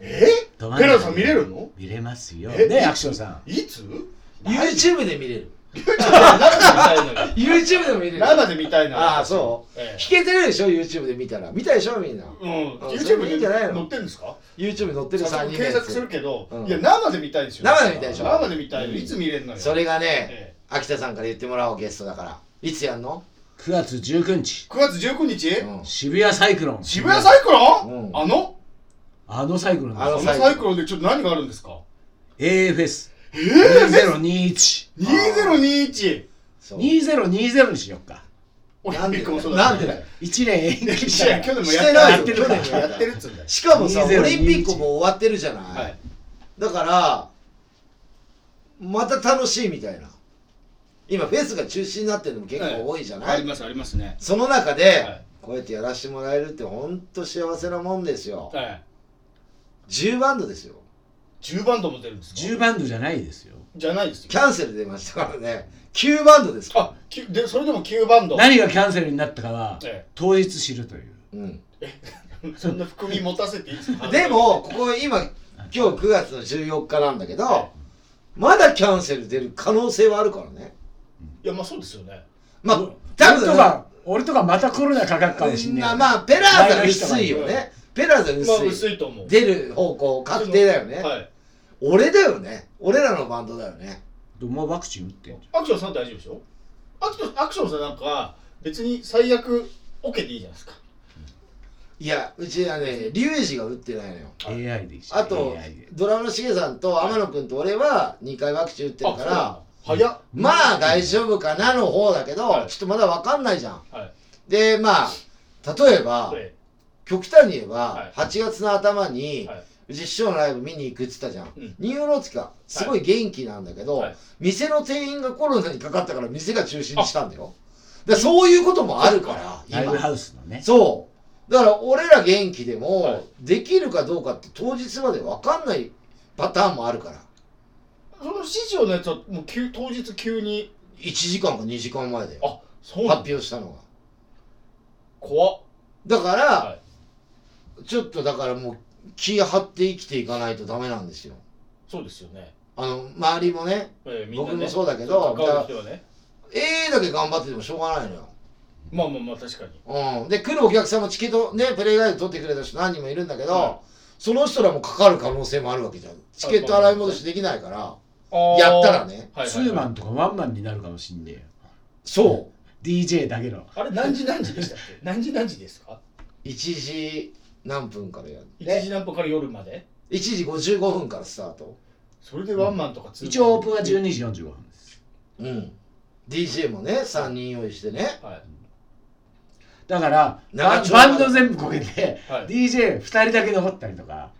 S2: え
S3: ど真ん中
S2: ペラーズさん見れるの
S3: 見れますよ
S2: え
S3: ねアクションさん
S2: いつ
S1: YouTube で見れる
S2: 生で見たいのよ
S1: YouTube でも見れる
S2: 生で見たいのよ
S1: ああそう
S2: ええ
S1: 弾けてるでしょ YouTube で見たら見たでしょみんな
S2: うん、
S1: そ
S2: YouTube
S1: れいい
S2: で
S1: んじゃないの
S2: 載ってるんですか
S1: YouTube に載ってる
S2: 早
S1: 3人の
S2: 速
S1: や
S2: 検索する
S1: つ
S2: けど、
S1: うん
S2: いや生で見たいですよ
S1: 生で見たいでしょ
S2: 生で見たいの
S1: うん
S2: いつ見れるのよ
S1: それがね
S2: え
S1: 秋田さんから言ってもらおうゲストだからいつやんの
S3: 9月19日
S2: 9月19日、
S1: うん
S3: 渋谷サイクロン
S2: 渋谷サイクロン、
S1: うん
S2: あの
S3: あのサイクロンで
S1: あ
S2: あ
S1: の
S2: の
S3: す
S1: サイクロン
S2: サイクロンでちょっと何があるんですか
S3: AFS2021
S2: 2021
S1: そう
S3: 2020にしよっか
S2: オリンピックもそう
S1: な
S2: だ
S1: ん
S2: け
S1: で
S2: ど
S1: だよ
S3: 1年延期
S2: い
S3: し
S2: や
S3: た
S2: 去
S3: ら
S2: 年
S1: し
S2: もやってて
S1: な
S2: ないい
S1: よ
S2: や
S1: 去年もやった
S2: ってるからやってるっつうんだよ
S1: しかもさオ
S3: 2021
S1: リンピックも終わってるじゃない、
S2: はい
S1: だからまた楽しいみたいな今フェスが中止になってるのも結構多いじゃない、
S2: ありますありますね
S1: その中で、
S2: はい
S1: こうやってやらせてもらえるってほんと幸せなもんですよ、
S2: はい
S1: 10バンドですよ
S2: 10バンドも出るんですか
S3: 10バンドじゃないですよ
S2: じゃないですよ
S1: キャンセル出ましたからね9バンドですか
S2: あきゅでそれでも9バンド
S3: 何がキャンセルになったかは
S2: え
S3: 当日知るという
S1: ら、うん、
S2: えそんな含み持たせていいですか
S1: でもここ今今日9月の14日なんだけど、
S2: は
S1: まだキャンセル出る可能性はあるからね
S2: いやまあそうですよね
S1: まあ
S3: うん
S1: 多
S3: 俺と
S1: 分
S3: か俺とかまたコロナかかるかもしん
S1: ま
S3: な
S1: あ
S3: い
S1: まあペラーザ薄いよ
S2: 前の人がい
S1: ねペラーザ
S2: まあ
S1: 薄い,、
S2: 薄いと思う
S1: 出る方向確定だよね、
S2: はい
S1: 俺だよね俺らのバンドだよね
S3: でもワクチン打ってんじ
S2: アクションさん大丈夫でしょアクションアクションさんなんか別に最悪 OK でいいじゃないですか
S1: いやうちはねリュウジが打ってないのよ
S3: ゃん AI でいいし
S1: あと
S3: AI で
S1: ドラムのしげさんと天野君と俺は2回ワクチン打ってるから、
S2: あそうなの早っ
S1: まあ大丈夫かなの方だけど、
S2: はい
S1: ちょっとまだ分かんないじゃん。
S2: はい
S1: でまあ例えば
S2: え
S1: 極端に言えば、
S2: はい
S1: 8月の頭に、
S2: はいう
S1: ち師匠のライブ見に行くっつったじゃん、
S2: うん
S1: ニューロティカすごい元気なんだけど、
S2: はい
S1: 店の店員がコロナにかかったから店が中止にしたんだよでそういうこともあるから
S3: ライブハ
S1: 今
S3: ウスのね
S1: そうだから俺ら元気でも、
S2: はい
S1: できるかどうかって当日まで分かんないパターンもあるから
S2: その指示をのやつはもう急当日急に
S1: 1時間か2時間前だよ
S2: あそうな
S1: 発
S2: の
S1: 表したのが
S2: 怖っ
S1: だから、
S2: は
S1: ちょっとだからもう気張って生きていかないとダメなんですよ
S2: そうですよね
S1: あの周りもね
S2: ええみんなね
S1: 僕もそうだけど
S2: 関わる人はね
S1: ええだけ頑張っててもしょうがないのよ
S2: まあまあまあ確かに
S1: うん、で来るお客さんもチケットねプレイガイド取ってくれた人何人もいるんだけど、
S2: は
S1: その人らもかかる可能性もあるわけじゃんチケット洗い戻しできないからやったらね
S2: はいはいはい
S3: ツーマンとかワンマンになるかもしんねえよ
S1: そ
S3: DJ だけの
S2: あれ何時何時でしたっけ何時何時ですか
S1: う1時何分からやる
S2: 1時何分から夜まで
S1: 1時55分からスタート
S2: それでワンマンとかツーマン
S3: 一応オープンは12時45分です
S1: うん DJ もね3人用意してね
S2: はい
S3: だから
S1: 長
S3: バ
S1: 丁場
S3: バンド全部こけて
S2: はい
S3: DJ2 人だけ残ったりとか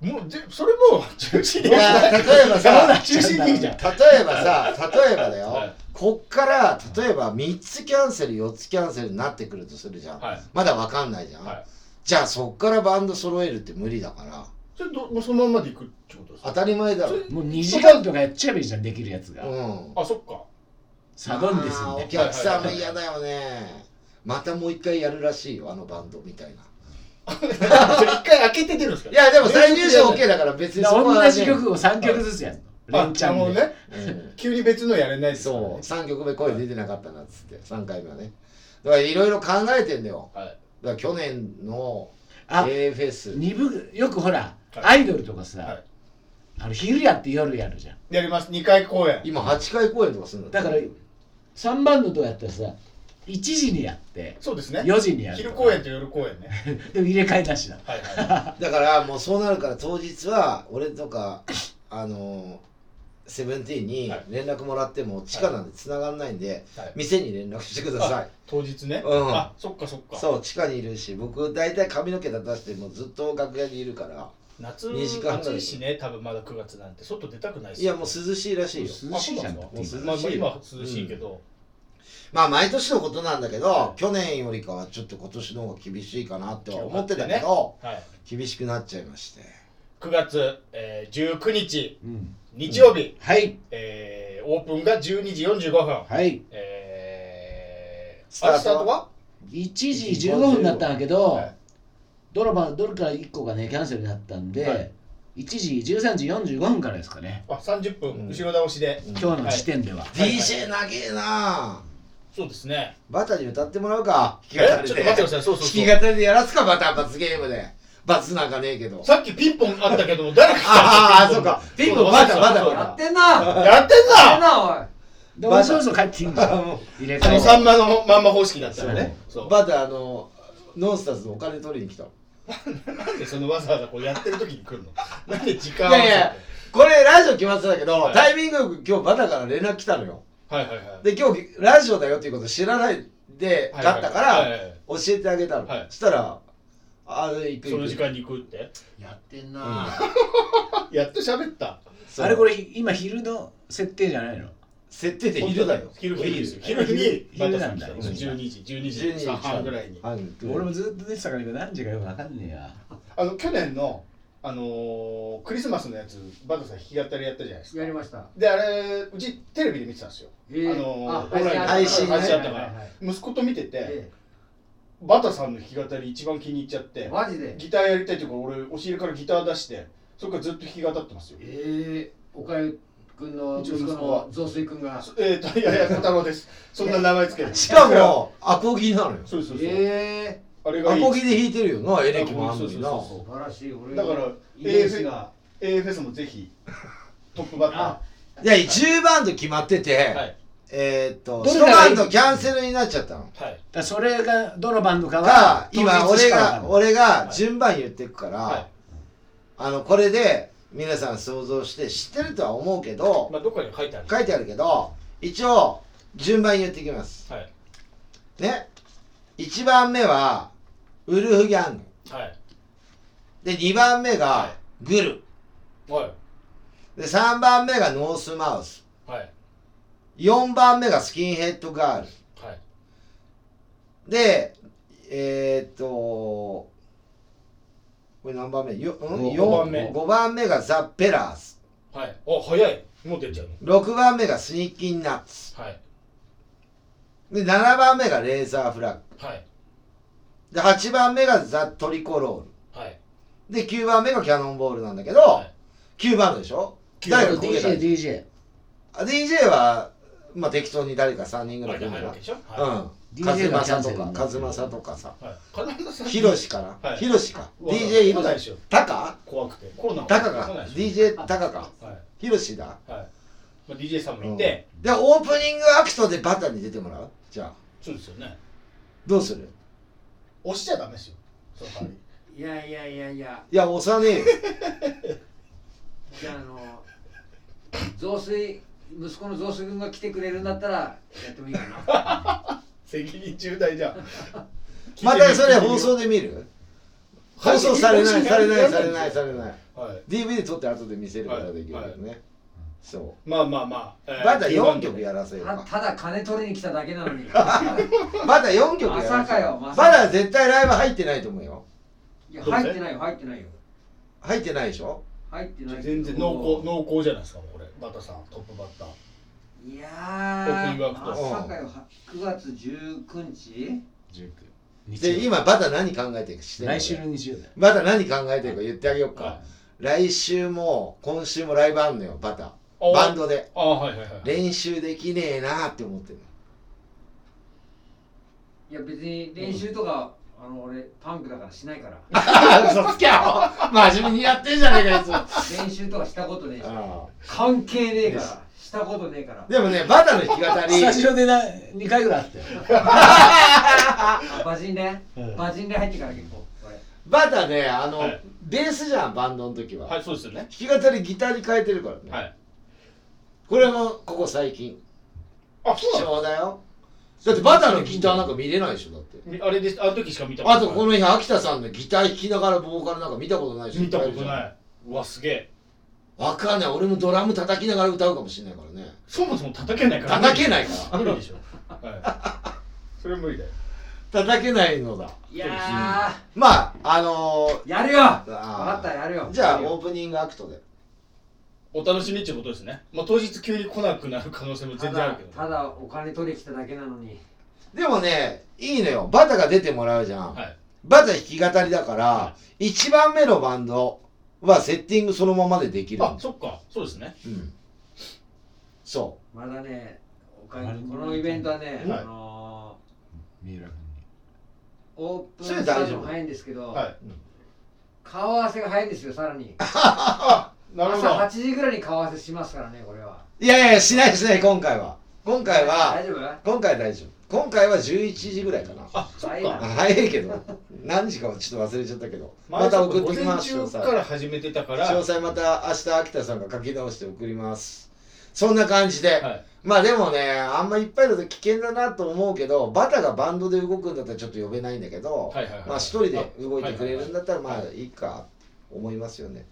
S2: もうでそれもう中止で
S1: いや例えばさ
S2: 中止でいいじゃん
S1: 例えばさ例えばだよ、
S2: はい
S1: こっから例えば3つキャンセル4つキャンセルになってくるとするじゃん、
S2: はい
S1: まだ分かんないじゃん、
S2: はい
S1: じゃあそっからバンド揃えるって無理だから
S2: それどもうそのまんまでいくってことです
S1: 当
S2: か
S1: たり前だろ
S2: そうれ
S3: もう2時間とかやっちゃえばいいじゃんできるやつが、
S1: ん
S2: あそっか
S3: サドンデス
S1: あーお
S3: みたいな
S1: 客さんも嫌だよねまたもう一回やるらしいよあのバンドみたいな
S2: それ一回開けて出るんですか
S1: いやでも最優勝 OK だから別に
S3: だ
S1: そ
S3: から
S1: こは、
S3: 同じ曲を3曲ずつやるの、
S2: あ
S3: 連チャン
S2: なる
S3: で
S2: ほどね
S1: うん
S2: 急に別のやれないですからね
S1: そう3曲目声出てなかったなっつって3回目はねだからいろいろ考えてんだよ
S2: はい
S1: だから去年の
S3: あ
S1: AFS
S3: 二部よくほら、
S2: はい
S3: アイドルとかさ、
S2: はい
S3: あの昼やって夜やるじゃん
S2: やります2回公演
S1: 今8回公演とかするん
S3: だから3バンドとかやったらさ1時にやって
S2: そうですね
S3: 4時にやる
S2: 昼公演と夜公演ね
S3: でも入れ替えなしだ
S2: はいは
S1: だからもうそうなるから当日は俺とかあのセブンティーンに
S2: はい
S1: 連絡もらっても地下なんで繋がんないんで
S2: い、はい、
S1: 店に連絡してください
S2: 当日ね、
S1: うん
S2: あそっかそっか
S1: そう地下にいるし僕大体髪の毛立たしてもうずっと楽屋にいるから
S2: 夏
S1: 二時間ぐらい
S2: 暑いしね多分まだ9月なんて外出たくないし
S1: いやもう涼しいらしいよ
S3: 涼しいじゃんだ
S2: あ
S3: っ
S2: そう
S3: て
S2: なんです
S3: 今
S2: かまあまあ今は涼しいけど、
S1: まあ毎年のことなんだけど、
S2: はい
S1: 去年よりかはちょっと今年の方が厳しいかなっては思ってたけ
S2: ね
S1: ど、
S2: はい、
S1: 厳しくなっちゃいまして
S2: 9月、えー、19日
S3: うん
S2: 日曜日、
S3: はい
S2: えーオープンが12時45分、
S3: はい
S2: えー、
S1: スタートは
S2: あスタートは
S3: 1時15分だったんだけど、
S2: はい
S3: ドラマどれから1個がねキャンセルになったんで、
S2: はい
S3: 1時13時45分からですかね
S2: あ30分
S1: ん
S2: 後ろ倒しで、
S1: うん
S3: 今日の時点では、
S2: いはい
S1: DJ 長えな
S2: そうですね
S1: バタに歌ってもらうか
S2: え
S1: 弾
S2: ちょっと
S1: き
S2: 待
S1: 語りで
S2: ってくださいそうそうそう
S1: 弾き語りでやらすかバタ罰ゲームで罰なんかねえけど
S2: さっきピンポンあったけども誰か来 た
S1: ああそっかピンポンバタバタ
S2: そ
S1: バ
S2: うだ
S6: や
S1: タ
S6: ってんなやっ
S2: やって
S6: て
S2: ん
S6: ん
S2: な
S6: なおい
S3: で俺そろそろ帰っていいんだよ
S1: も
S3: 入れ
S2: そ
S3: 替
S2: の
S3: え
S2: さんまのまんま方式だったらねそう
S1: うバタあのノンスターズのお金取りに来たの
S2: なんでそのわざわざこうやってる時に来るのなんで時間
S1: い
S2: 合わ
S1: や
S2: せ
S1: い
S2: て
S1: やこれラジオ決まってたけど、
S2: はい
S1: タイミングよく今日バタから連絡来たのよ
S2: はいはいはい
S1: で今日ラジオだよっていうこと知らないで
S2: はいは
S1: だっ
S2: い
S1: たから、
S2: はいはいはい
S1: 教えてあげたの、
S2: はい
S1: そしたら「あれ行く
S2: その
S1: 行
S2: 時
S1: く
S2: 間に行くって
S4: やってんなぁ、
S2: やっと喋った
S1: そう
S3: あれこれ今昼の設定じゃないの
S1: 設定で昼だよ
S2: 昼昼ですよ
S3: 昼
S2: 昼に
S3: 昼
S2: バタさ来た
S3: 昼なんだ
S2: 12時12時
S1: 12時
S2: 半ぐらいに
S1: 半行く
S3: 俺もずっと出てたから今何時かよくわかんねえや
S2: あの去年のあのークリスマスのやつバタさん弾き語りやったじゃないですか
S6: やりました
S2: であれうちテレビで見てたんですよ
S6: えー
S2: あのー
S6: あ
S2: オンライン
S1: 配信ね
S2: 配信あったか
S6: はいはいは
S2: ら
S6: い
S2: 息子と見てて
S6: え
S2: バタさんの弾き語り一番気に入っちゃって
S6: えマジで
S2: ギターやりたいっていうから俺押し入れからギター出してそれからずっと弾き語ってますよ
S6: ええ岡井君の息
S4: うちの
S6: 子
S4: 息子は
S6: の雑炊君が
S2: そえっ、といやいや小太郎ですそんな名前つけて
S1: しかもアコギなのよ
S2: そうそうそう、
S6: ええ
S2: あれが
S1: ア
S2: いい
S1: コギで弾いてるよなエレキもあんのにな
S2: そうそう
S6: 素晴らしい俺
S2: だから
S6: イメージが
S2: AFS もぜひトップバッター
S6: あ
S1: いや10バンド決まってて、
S2: はい
S1: えーっと
S3: どれ
S1: 1
S3: が
S1: バンドキャンセルになっちゃったの
S2: はい
S3: だそれがどのバンドかは
S1: が今
S3: 当日
S1: 俺
S3: しかわかん
S1: が
S3: ない
S1: 俺が順番言ってくから、
S2: はい
S1: あのこれで皆さん想像して知ってるとは思うけど
S2: まあどっかに書いてある
S1: 書いてあるけど一応順番言っていきます
S2: はい
S1: ね1番目はウルフギャング
S2: はい
S1: で2番目が
S2: は
S1: グル
S2: はい
S1: で3番目がノースマウス
S2: はい
S1: 4番目がスキンヘッドガール
S2: はい
S1: で、えーっと、これ何番目よ、うん、
S2: 五
S1: 四
S2: 番目
S1: 五番目がザ・ペラーズ。
S2: はいあ早いもう出ちゃうの
S1: 6番目がスニーキンナッツ。
S2: はい
S1: で、7番目がレーザーフラッグ。
S2: はい
S1: で、8番目がザ・トリコロ
S2: はい
S1: ール。で、9番目がキャノンボールなんだけど、
S2: はい
S1: 9番でしょ
S2: 九番
S1: 誰がこけた
S3: DJ DJ
S1: あ ?DJ は、まあ、適当に誰か3人ぐらい
S2: あ
S1: 来
S2: じ
S1: る
S2: ゃあ
S1: かな
S2: 入るわけ。でしょは
S1: うん。カズ
S3: DJ
S1: マ
S3: がキャ
S1: サ
S3: ンセ
S1: と
S3: ル
S1: か、
S3: に
S1: カズマサとかさ。
S2: いはい必ずさ
S1: ヒロシか
S2: は
S1: な。
S2: い
S1: ヒロシか。
S2: わかんない
S1: DJ いる
S2: わかんないでしょ
S1: タカ
S2: 怖くてコロナ
S1: タカ
S2: わんな
S1: か
S2: い。でし
S1: DJ タカか。
S2: ょはい
S1: ヒロシだ。
S2: はいまあ DJ さんもいて
S1: で、オープニングアクトでバターに出てもらうじゃあ
S2: そうですよね
S1: どうする
S2: 押しちゃダメですよその代わり
S6: いやいやいやいや
S1: いや押さねえよ
S6: じゃああの雑炊息子の雑炊君が来てくれるんだったらやってもいい かな
S2: 責任重大じゃん
S1: またそれ放送で見る放送されないされないされないされない
S2: はい
S1: DVD 撮って後で見せることできるけどね、そ
S2: まあまあまあ、え
S1: う
S2: ー
S1: バター
S2: 定番
S1: 4曲やらせよう
S6: た
S1: か
S6: ただ金取りに来ただけな のに
S1: バター4曲やらせよう
S6: まさかよまさか
S1: バター絶対ライブ入ってないと思うよ
S6: いや入ってないよ入ってないよ
S1: 入ってないでしょ
S6: 入ってない
S2: 全然濃厚濃厚じゃないですかもうこれバタさんトップバッター
S6: いや
S2: オープニン
S6: ー
S2: グアク
S6: ま
S2: ト
S6: さかよは9月19日
S1: で今バター何考えてるかして
S3: 来週の
S1: の
S3: 日曜だよ
S1: バター何考えてるか言ってあげようか、
S2: は
S1: 来週も今週もライブあんのよバタ
S2: あ
S1: ーバンドで
S2: あはいはいはい
S1: 練習できねえなって思ってる
S6: いや別に練習とか、あの俺パンクだからしないから
S1: 嘘つけよ真面目にやってんじゃねえ かやつ
S6: 練習とかしたことねえし
S1: あ
S6: 関係ねえからしたことねえから
S1: あでもねバターの弾き語り
S3: スタジオでな2回ぐらいあったよ
S6: あバジンね、バジンで入ってから結構俺
S1: バターねあの、
S2: はい
S1: ベースじゃんバンドの時は、
S2: はいそうですよね
S1: 弾き語りギターに変えてるからね、
S2: はい
S1: これもここ最近
S2: あそ
S1: 貴重だよだってバターのギターなんか見れないでしょだって
S2: うなのあれですあの時しか見た
S1: あとこ
S2: の
S1: の日秋田さんのギター弾きながらボーカルなんか見たことないでしょ
S2: 見たことないいうわすげえ
S1: わかんない俺もドラム叩きながら歌うかもしれないからね
S2: そもそも叩けないから
S1: 叩けないか
S2: 無理でしょはいそれは無理だよ
S1: ら叩けないのだ
S6: いや
S1: まああのー、
S6: ーやるよわか
S1: あ
S6: っ
S1: ー
S6: たやるよ
S1: じゃあ
S6: やるよ
S1: オープニングアクトで
S2: お楽しみっていうことですねまあ当日急に来なくなる可能性も
S6: た
S2: 全然あ
S6: だ
S2: るけど
S6: ただお金取りに来ただけなのに
S1: でもねいいのよバタが出てもらうじゃん、
S2: はい
S1: バタ弾き語りだから、1番目のバンドはセッティングそのままでできる
S2: あ
S1: んだ
S2: そっかそうですね
S1: うんそ
S6: まだねおかげこのイベントはね、
S2: はい
S6: あの
S3: 三浦君
S6: ーオープン
S1: それ
S6: ス
S1: 大丈夫
S6: タジオも早いんですけど、
S2: はい
S6: 顔合わせが早いんですよさらに
S2: あなるほ
S6: 朝
S2: ど
S6: 8時ぐらいに顔合わせしますからねこれは
S1: ういやいやしないしない今回は今回は
S6: 大丈夫
S1: 今回大丈夫今回は11時ぐらいかな
S2: あそっ
S6: はい
S2: か
S1: あ早いけど何時かはちょっと忘れちゃったけどま
S2: 前
S1: た
S2: さん
S1: 送
S2: が
S1: ってきます詳
S2: 午前中
S1: 細
S2: から始めてたから
S1: 詳細また明日秋田さんが書き直して送りますそんな感じで、
S2: はい
S1: まあでもねあんまいっぱいだと危険だなと思うけどバタがバンドで動くんだったらちょっと呼べないんだけど、
S2: はいはいはい
S1: まあ一人で動いてくれるんだったら
S2: はい
S1: ま
S2: はい
S1: あいいか思いますよね、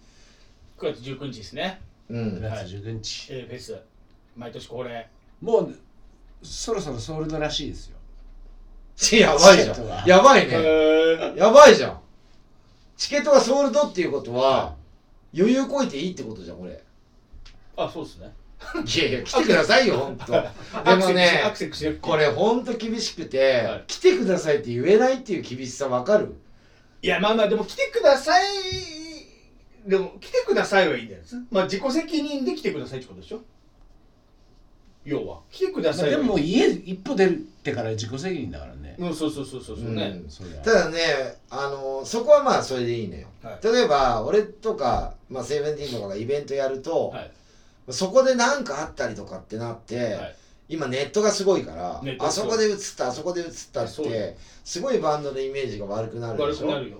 S2: 9月19日ですね
S1: うん
S3: 9月19日
S2: A フェス毎年恒例
S3: もうそろそろソールドらしいですよ
S1: やばいじ
S3: チ
S1: ゃ
S3: ケットが
S1: んやばいね
S2: へ
S1: やばいじゃんチケットがソールドっていうことは余裕こいていいってことじゃんこれ
S2: あそうですね
S1: いやいや来てくださいよ本当でもね
S2: アクセルしなくていい
S1: これほんと厳しくて、
S2: はい
S1: 来てくださいって言えないっていう厳しさわかる
S2: いやまあまあでも来てくださいでも来てくださいはいいんじゃないですかまあ自己責任で来てくださいってことでしょ要は来てください
S3: で
S2: は
S3: ももう家一歩出てから自己責任だからね。
S2: うんそうそうそうそうそうね、
S3: うんそりゃ
S1: ただねあのそこはまあそれでいいのよ、
S2: は
S1: 例えば俺とか、まあ、セブンティーンとかがイベントやると、
S2: はい
S1: そこで何かあったりとかってなって、
S2: はい
S1: 今ネットがすごいから
S2: ネット
S1: あ
S2: がす
S1: そ
S2: ごい
S1: こで映ったあそこで映ったっ
S2: そうよ
S1: てすごいバンドのイメージが悪くなるで
S2: 悪
S1: し
S2: くな
S1: ょ
S2: るよ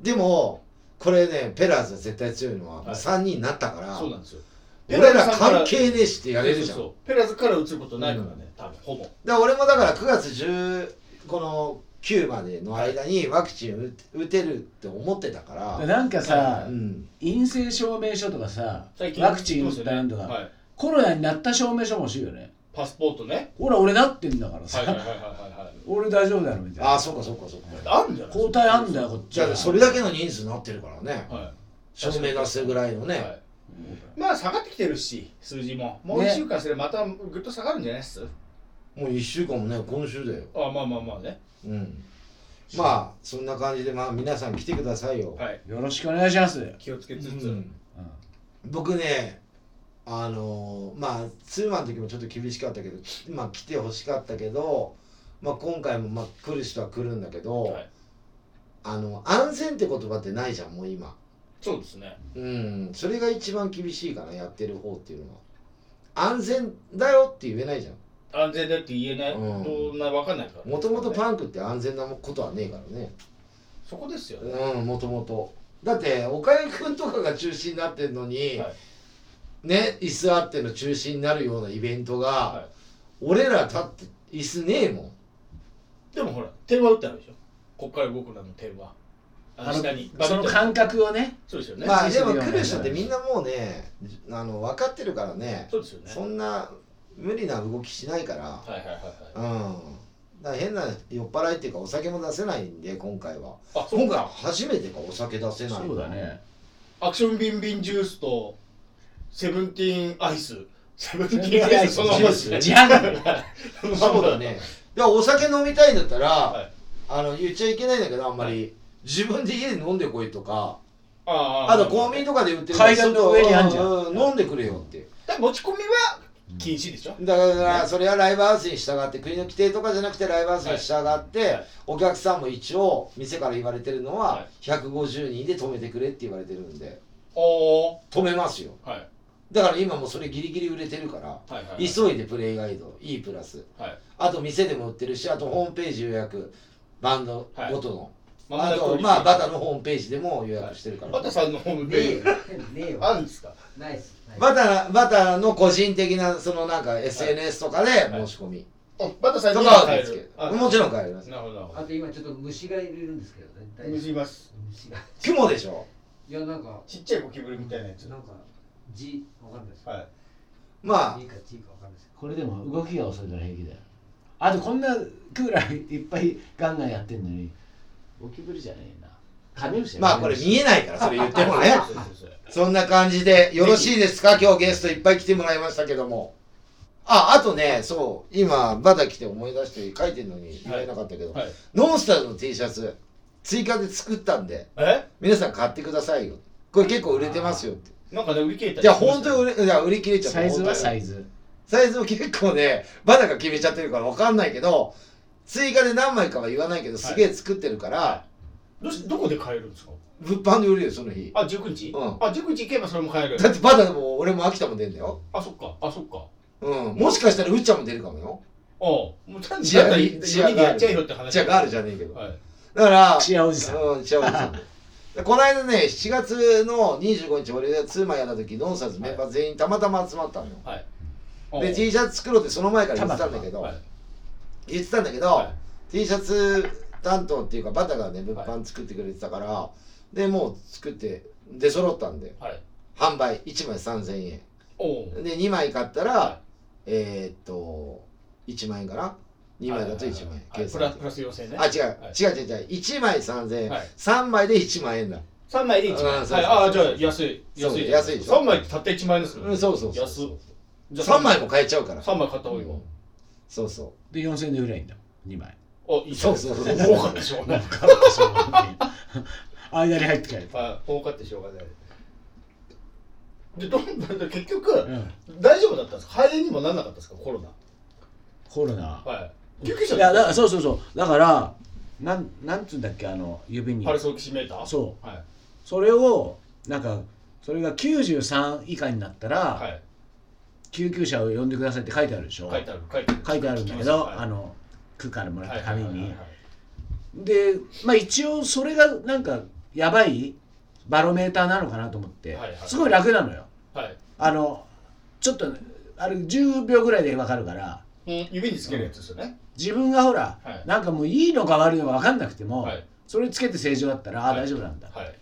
S1: でもこれねペラーズは絶対強いのは、もう
S2: はい
S1: 3人になったから
S2: そうなんですよ
S1: 俺ら
S2: ペラーズさんから
S1: 関係ねえしってやれるじゃん
S2: そうそうペラーズから移ることないからね、多分ほぼ
S1: で俺もだから9月10この9までの間にワクチン打て打てるって思ってたから、
S3: でなんかさ
S1: う、ん、
S3: 陰性証明書とかさ
S2: 最、近
S3: ワクチン打
S2: そ
S3: っ
S2: うです
S3: たな
S2: よ
S3: ん
S2: ね
S3: とか、
S2: はい、
S3: コロナになった証明書も欲しいよね。
S2: パスポートね
S3: ほら、俺なってんだから
S2: はいはいはい
S3: さ、
S2: はいはい
S3: 俺大丈夫だろみたい
S1: ああ
S3: な。
S1: そっかそっかそっか
S2: あるんじゃない
S3: 抗体あんだよ、こっち
S1: じゃあそれだけの人数になってるからね
S2: は
S1: 証明がするぐらいの
S2: い、
S1: ね、
S2: はいまあ下がってきてるし数字ももう
S3: ね
S2: 1週間すればまたぐっと下がるんじゃないっす、
S1: もう1週間もね今週だよ
S2: あまあまあまあね
S1: うんまあそんな感じでまあ皆さん来てくださいよ、
S2: はい
S3: よろしくお願いします。
S2: 気をつけつつ、
S1: うん僕ねあのーまあツーマンの時もちょっと厳しかったけどきまあ来てほしかったけど、まあ、今回もまあ来る人は来るんだけど、
S2: はい
S1: あの安全って言葉ってないじゃんもう今
S2: そうですね
S1: うんそれが一番厳しいかなやってる方っていうのは安全だよって言えないじゃん
S2: 安全だって言えない、
S1: うん
S2: どんな分かんないから
S1: もともとパンクって安全なことはねえからね
S2: そこですよね、
S1: うんもともとだって岡井くんとかが中心になってんのに、
S2: はい
S1: ね椅子あっての中心になるようなイベントが、
S2: は
S1: 俺ら立って椅子ねえもん
S2: でもほら点は打ってあるでしょこっから動くなの点は
S3: あ
S2: あ
S3: の
S2: 下に
S3: その感覚をね、
S2: そうですよね、
S1: まあ
S3: ね
S1: でも来る人ってみんなもうねあの分かってるからね
S2: そうですよね
S1: そんな無理な動きしないから
S2: はいはいはいは
S1: う
S2: い
S1: んだから変な酔っ払いっていうかお酒も出せないんで今回は
S2: あそう
S1: 今回
S2: か
S1: 初めてかお酒出せないの
S3: そうだね。
S2: アクションビンビンジュースとセブンティーンアイスセブンティ
S3: 自
S2: ーンアイスそのままですね
S3: 販だね。
S1: そうだ ね。だからお酒飲みたいんだったら、
S2: はい
S1: あの言っちゃいけないんだけどあんまり、自分で家で飲んでこいとか、
S2: ああ
S1: あとコンビニとかで売ってる
S3: 階段の上にあんじゃん
S1: うう飲んでくれよって。
S2: だから持ち込みは禁止でしょ、
S1: だからそれはライブハウスに従って国の規定とかじゃなくてライブハウスに従って、
S2: はいはい
S1: お客さんも一応店から言われてるの
S2: は
S1: はい150人で止めてくれって言われてるんで
S2: おお
S1: 止めますよ
S2: はい
S1: だから今もうそれギリギリ売れてるから、
S2: はいはいはい
S1: 急いでプレイガイド E プラス
S2: はい
S1: あと店でも売ってるしあとホームページ予約バンドごとの、
S2: まもな
S1: あ
S2: く降
S1: と
S2: りて
S1: まあバタのホームページでも予約してるから、
S2: バタさんのホームページ
S6: ねえねえ
S2: あ
S6: よ
S2: るんですか
S6: ナイスナイス
S1: バタバタの個人的なそのなんか SNS とかで申し込み
S2: あバタさ
S1: と
S2: ん
S1: か
S2: に
S1: は
S2: は
S1: 受
S2: 帰
S1: け付
S2: る
S1: け
S2: あ
S1: るもちろん帰ります
S2: なるほどなるほ
S6: あと今ちょっと虫がいるんですけどね
S2: ど結びます
S6: 虫が
S1: 雲でしょ
S6: いやなんか
S2: ちっちゃいゴキブリみたいなやつ
S6: なんか字わかんないです
S2: はい
S1: まあ
S6: いいか字かわかんないです
S3: これでも動きが遅いから平気だよあとこんなクーラーいっぱいガンガンやってんのにゴキブリじゃねえなカメムシだ
S1: ま
S3: よ
S1: あこれ見えないからそれ言ってもね
S2: そうそうそう
S1: そんな感じでよろしいですか今日ゲストいっぱい来てもらいましたけどもああとねそう今バタ来て思い出して書いてるのに言えなかったけど、
S2: はい
S1: ノンスターズの T シャツ追加で作ったんで
S2: え
S1: 皆さん買ってくださいよこれ結構売れてますよって
S2: なんかね売り切れた
S1: じゃあ本当に売れいや売り切れちゃった
S3: サイズ
S1: 本
S3: は
S1: 当に
S3: サイズ
S1: サイズを結構ね、バナが決めちゃってるから分かんないけど、追加で何枚かは言わないけど、すげえ作ってるから、
S2: どうしどこで買えるんですか
S1: 物販で売るよ、その日。
S2: あ19日、
S1: うん
S2: あ19日行けばそれも買え る
S1: だってバナも俺も秋田も出んだよ。
S2: あそっかあそっか
S1: うん。もしかしたらうっちゃんも出るかもよ。
S2: ああもう単に
S1: チア
S2: だったら
S1: チ
S2: 4
S1: ア
S2: 人
S1: ガ
S2: で
S1: ー
S2: や
S1: ル
S2: っ
S1: じゃ
S2: ちゃえよって話
S1: じゃあガールじ
S2: ゃ
S1: ゃねえけど。だ
S2: はい
S1: から、
S3: チアおじさん
S1: うん、チアおじさん。でこの間ね、7月の25日、俺がツーマンやった時、ノンサーズメンバー全員たまたま集まったのよ。
S2: はい
S1: で、T シャツ作ろうってその前から言ってたんだけど、
S2: はい
S1: 言ってたんだけど、
S2: は
S1: T シャツ担当っていうかバタがね物販作ってくれてたから、でもう作って出揃ったんで
S2: いはい
S1: 販売1枚3000円
S2: おお
S1: で2枚買ったら、
S2: は
S1: えー、っと1万円かな2枚だと1万円
S2: はい
S1: 計
S2: プラ
S1: 算
S2: プラス要請ね
S1: あ違う、
S2: はい
S1: 違う違う違う1枚3000円、
S2: はい
S1: 3枚で1万円だ
S2: 3枚で1
S1: うんそう
S2: 万
S1: そう
S2: はいああじゃあ安い
S1: そう
S2: 安い
S1: 安いでしょ
S2: 3枚ってたった1万円ですから
S1: うんそうそうそう
S2: 安じゃあ
S1: 3枚も買えちゃうから
S2: 3枚買った方がいいわ
S1: そうそ
S3: で4000円で売りゃいいんだ2枚
S2: あいいじゃん
S1: そうそうそう
S2: 儲かってしょうがない
S3: 間に入って帰る
S2: はい儲かってしょうがないでどんどん結局
S3: うん
S2: 大丈夫だったんですか肺炎にもなんなかったですかコロナ
S3: コロナ
S2: はい救急車
S3: いやだからそうそうそうだからなんなんつうんだっけあの指に
S2: パルスオキシメーター
S3: そう
S2: はい
S3: それをなんかそれが93以下になったら、
S2: はい
S3: 救急車を呼んでくださいって書いてあるでしょ
S2: 書いてある書いてある
S3: 書いてあるんだけど、
S2: はい
S3: あの区からもらっ
S2: はい
S3: た
S2: はい
S3: 紙
S2: はいはい
S3: にでまあ一応それがなんかやばいバロメーターなのかなと思って、
S2: はいはい
S3: すごい楽なのよ
S2: はい
S3: あのちょっとあれ10秒ぐらいで分かるから
S2: うん指につけるやつですよね
S3: 自分がほら、
S2: はい
S3: なんかもういいのか悪いのか分かんなくても、
S2: はい
S3: それつけて正常だったら、ああ
S2: はい
S3: 大丈夫なんだ、
S2: はい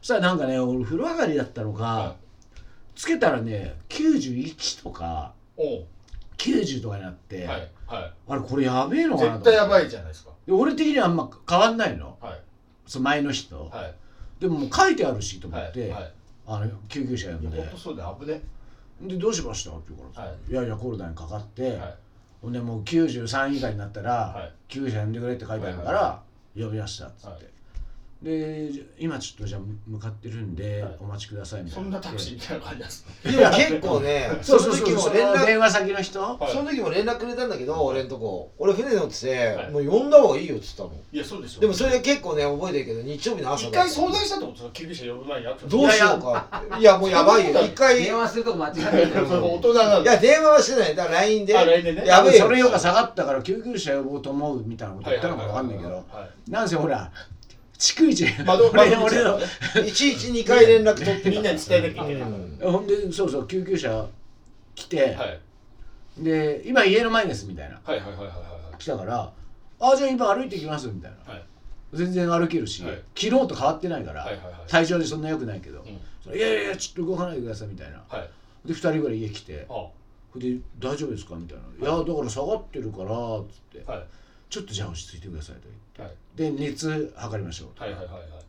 S3: そしたらなんかね俺風呂上がりだったのか、
S2: は
S3: つけたらね91とか
S2: おう
S3: 90とかになって、
S2: はいは
S3: あれこれやべえの
S2: い
S3: かなと思
S2: 絶
S3: って
S2: 対やばいじゃないですか
S3: で俺的にはあんま変わんないの
S2: はい
S3: その前の日と、
S2: はい
S3: でももう書いてあるしと思
S2: は
S3: って、
S2: いはい
S3: あの救急車呼ん
S2: いや
S3: で
S2: 本当そうだ危ね
S3: 「でどうしました?」って言うから、、
S2: はい
S3: やいやコロナにかかって、
S2: はい
S3: ほんでもう93以下になったら、
S2: はい
S3: 救急車呼んでくれって書いてあるから呼びましたっつって、
S2: はい
S3: でじゃ今ちょっとじゃあ向かってるんで、
S2: はい
S3: お待ちくださいみた
S2: そ
S3: い
S2: ん
S3: な
S2: なタクシーみたいな感じなんですね
S1: でも結構ね
S3: そうそうそう
S1: の時
S3: そ
S1: も連
S3: の
S1: 絡
S3: 電話先の人
S2: はい
S1: その時も連絡くれたんだけど俺んとこ俺船乗ってて、
S2: はい
S1: もう呼んだ方がいいよっつったの
S2: いやそうでしょ
S1: でもそれ結構ね覚えてるけど日曜日の朝
S2: 一
S1: だ
S2: 回相談したってことですか救急車呼ぶ前にやった
S1: どうしようかっていやもうやばいよ一回い
S6: 電話するとこ間違ってた
S2: それが大人なんだ
S1: や電話はしてないだから LINE で
S2: あ LINE でね
S1: やべえよ
S3: それよか下がったから救急車呼ぼうと思うみたいなこと言ったのか分かんないけど、
S2: はい
S3: なんせ ほら逐一
S2: 窓窓口だか
S3: 俺
S2: らね
S3: 俺の
S1: いちいち2回連絡取ってた
S2: みんなに伝えなきゃいけない、
S1: うん
S3: ほんでそうそう救急車来て、
S2: はい
S3: で今家の前ですみたいな
S2: はいはいはいはいはい
S3: 来たから「あじゃあ今歩いてきます」みたいな、
S2: はい
S3: 全然歩けるし、
S2: はい
S3: 昨日と変わってないから、
S2: はいはいはい
S3: 体調でそんな良くないけど
S2: うん
S3: 「いやいやいやちょっと動かないでください」みたいな、
S2: はい
S3: で2人ぐらい家来て
S2: あ
S3: 「で大丈夫ですか?」みたいな「いやだから下がってるから」っつって、
S2: はい
S3: ちょっとじゃあ落ち着いてください」と言って
S2: はい
S3: で熱測りましょうと、
S2: はいはいはい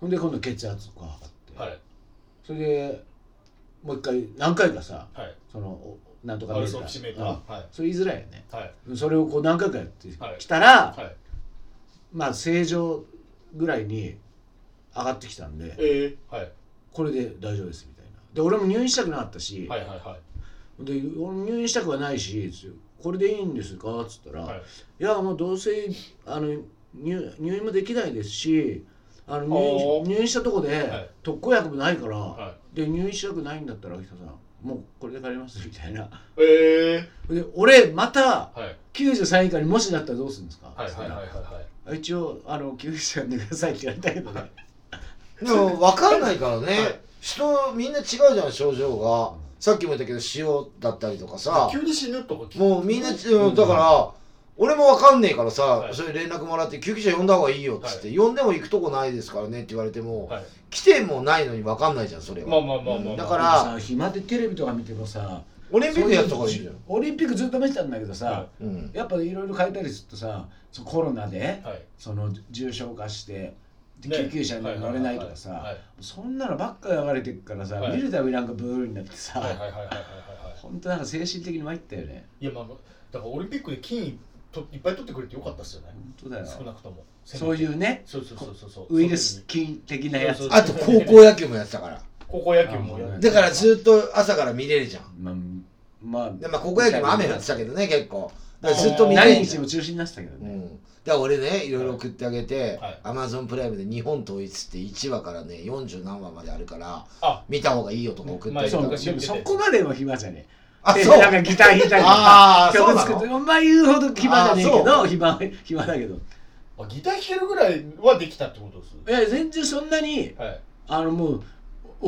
S3: ほんで今度血圧とか測って、
S2: はい
S3: それでもう一回何回かさ
S2: はい
S3: そのおなんとか
S2: パル
S3: ー
S2: スオキシメーター
S3: うん
S2: はい
S3: それ言いづらいよね
S2: はい
S3: それをこう何回かやって
S2: はい
S3: きたら、
S2: はい
S3: まあ正常ぐらいに上がってきたんで
S2: えー、はい
S3: これで大丈夫ですみたいなで俺も入院したくなかったし、
S2: はいはいは
S3: で俺も入院したくはないしつってこれでいいんですかっつったら、
S2: いはいい、
S3: やもうどうせあの入入院もできないですしあの入
S2: お
S3: 院
S2: ー
S3: 入院したとこ
S2: は
S3: で
S2: い
S3: 特効薬もないから、
S2: は
S3: で入院したくないんだったら秋田さんもうこれで帰りますみたいな
S2: え
S3: で俺また
S2: ー、はい
S3: 93以下にもしなったらどうするんですか、
S2: はいはいはいはいはい
S3: あ一応あの救急車呼んでくださいって言われたけどね
S1: でも分かんないからね、
S2: はい
S1: 人みんな違うじゃん症状がさっきも言ったけど塩だったりとかさ
S2: 急に死ぬとか
S1: もうみんな、うんだから、俺もわかんねえからさ、
S2: はい
S1: そういう連絡もらって、救急車呼んだ方がいいよっつって、呼んでも行くとこないですからねって言われても、
S2: はい
S1: 来てもないのにわかんないじゃん、それは。
S2: まあまあまあまあ まあ
S1: だか
S3: でも
S1: ら、
S3: さ暇でテレビとか見てもさ
S1: オリンピックやった方がいいじゃん。
S3: オリンピックずっと見てたんだけどさ、
S2: は
S1: うん、
S3: やっぱいろいろ変えたりするとさそのコロナで
S2: はい
S3: その重症化してで
S2: ね
S3: 救急車に乗れないと
S2: はいはい
S3: か
S2: はい
S3: さ
S2: はい
S3: そんなのばっか流れてくからさ、
S2: はい
S3: 見るたびなんかブルーになって
S2: はいはい
S3: さ
S2: はいはいはいはいは
S3: 本当なんか精神的に参ったよね
S2: いいやまあだからオリンピックで金といっぱい取ってくれてよかったっすよね
S3: 本当だよ
S2: 少なくとも
S3: そういうね
S2: そうそうそうそうそう
S3: ウイルス菌的なやつ
S2: そうそう
S1: あと、高校野球もやってたから。
S2: 高校野球もや
S3: あ
S2: る
S1: だから、ずっと朝から見れるじゃん。
S3: まあまあ
S1: でまあ、高校野球も雨降ってたけどね、結構。だからずっと見れ
S3: 何
S1: る
S3: 日
S1: じゃん。
S3: も中止になってたけど
S1: う
S3: ね、
S1: ん、だから俺ねいろいろ送ってあげて、
S2: はい
S1: Amazon プライムで日本統一って1話からね40何話まであるから
S2: あ
S1: 見た方がいいよとか送ってあげた
S3: そ
S1: の
S3: うでもそこまでも暇じゃねえ
S1: あ
S3: で
S1: そう
S3: なんかギター弾いたりとか
S1: あー
S3: 曲作ってお前言うほど暇じゃねえけ
S1: あー
S3: ど暇暇だけど
S2: あギター弾けるぐらいはできたってことです
S3: いや全然そんなに
S2: はい
S3: あのもう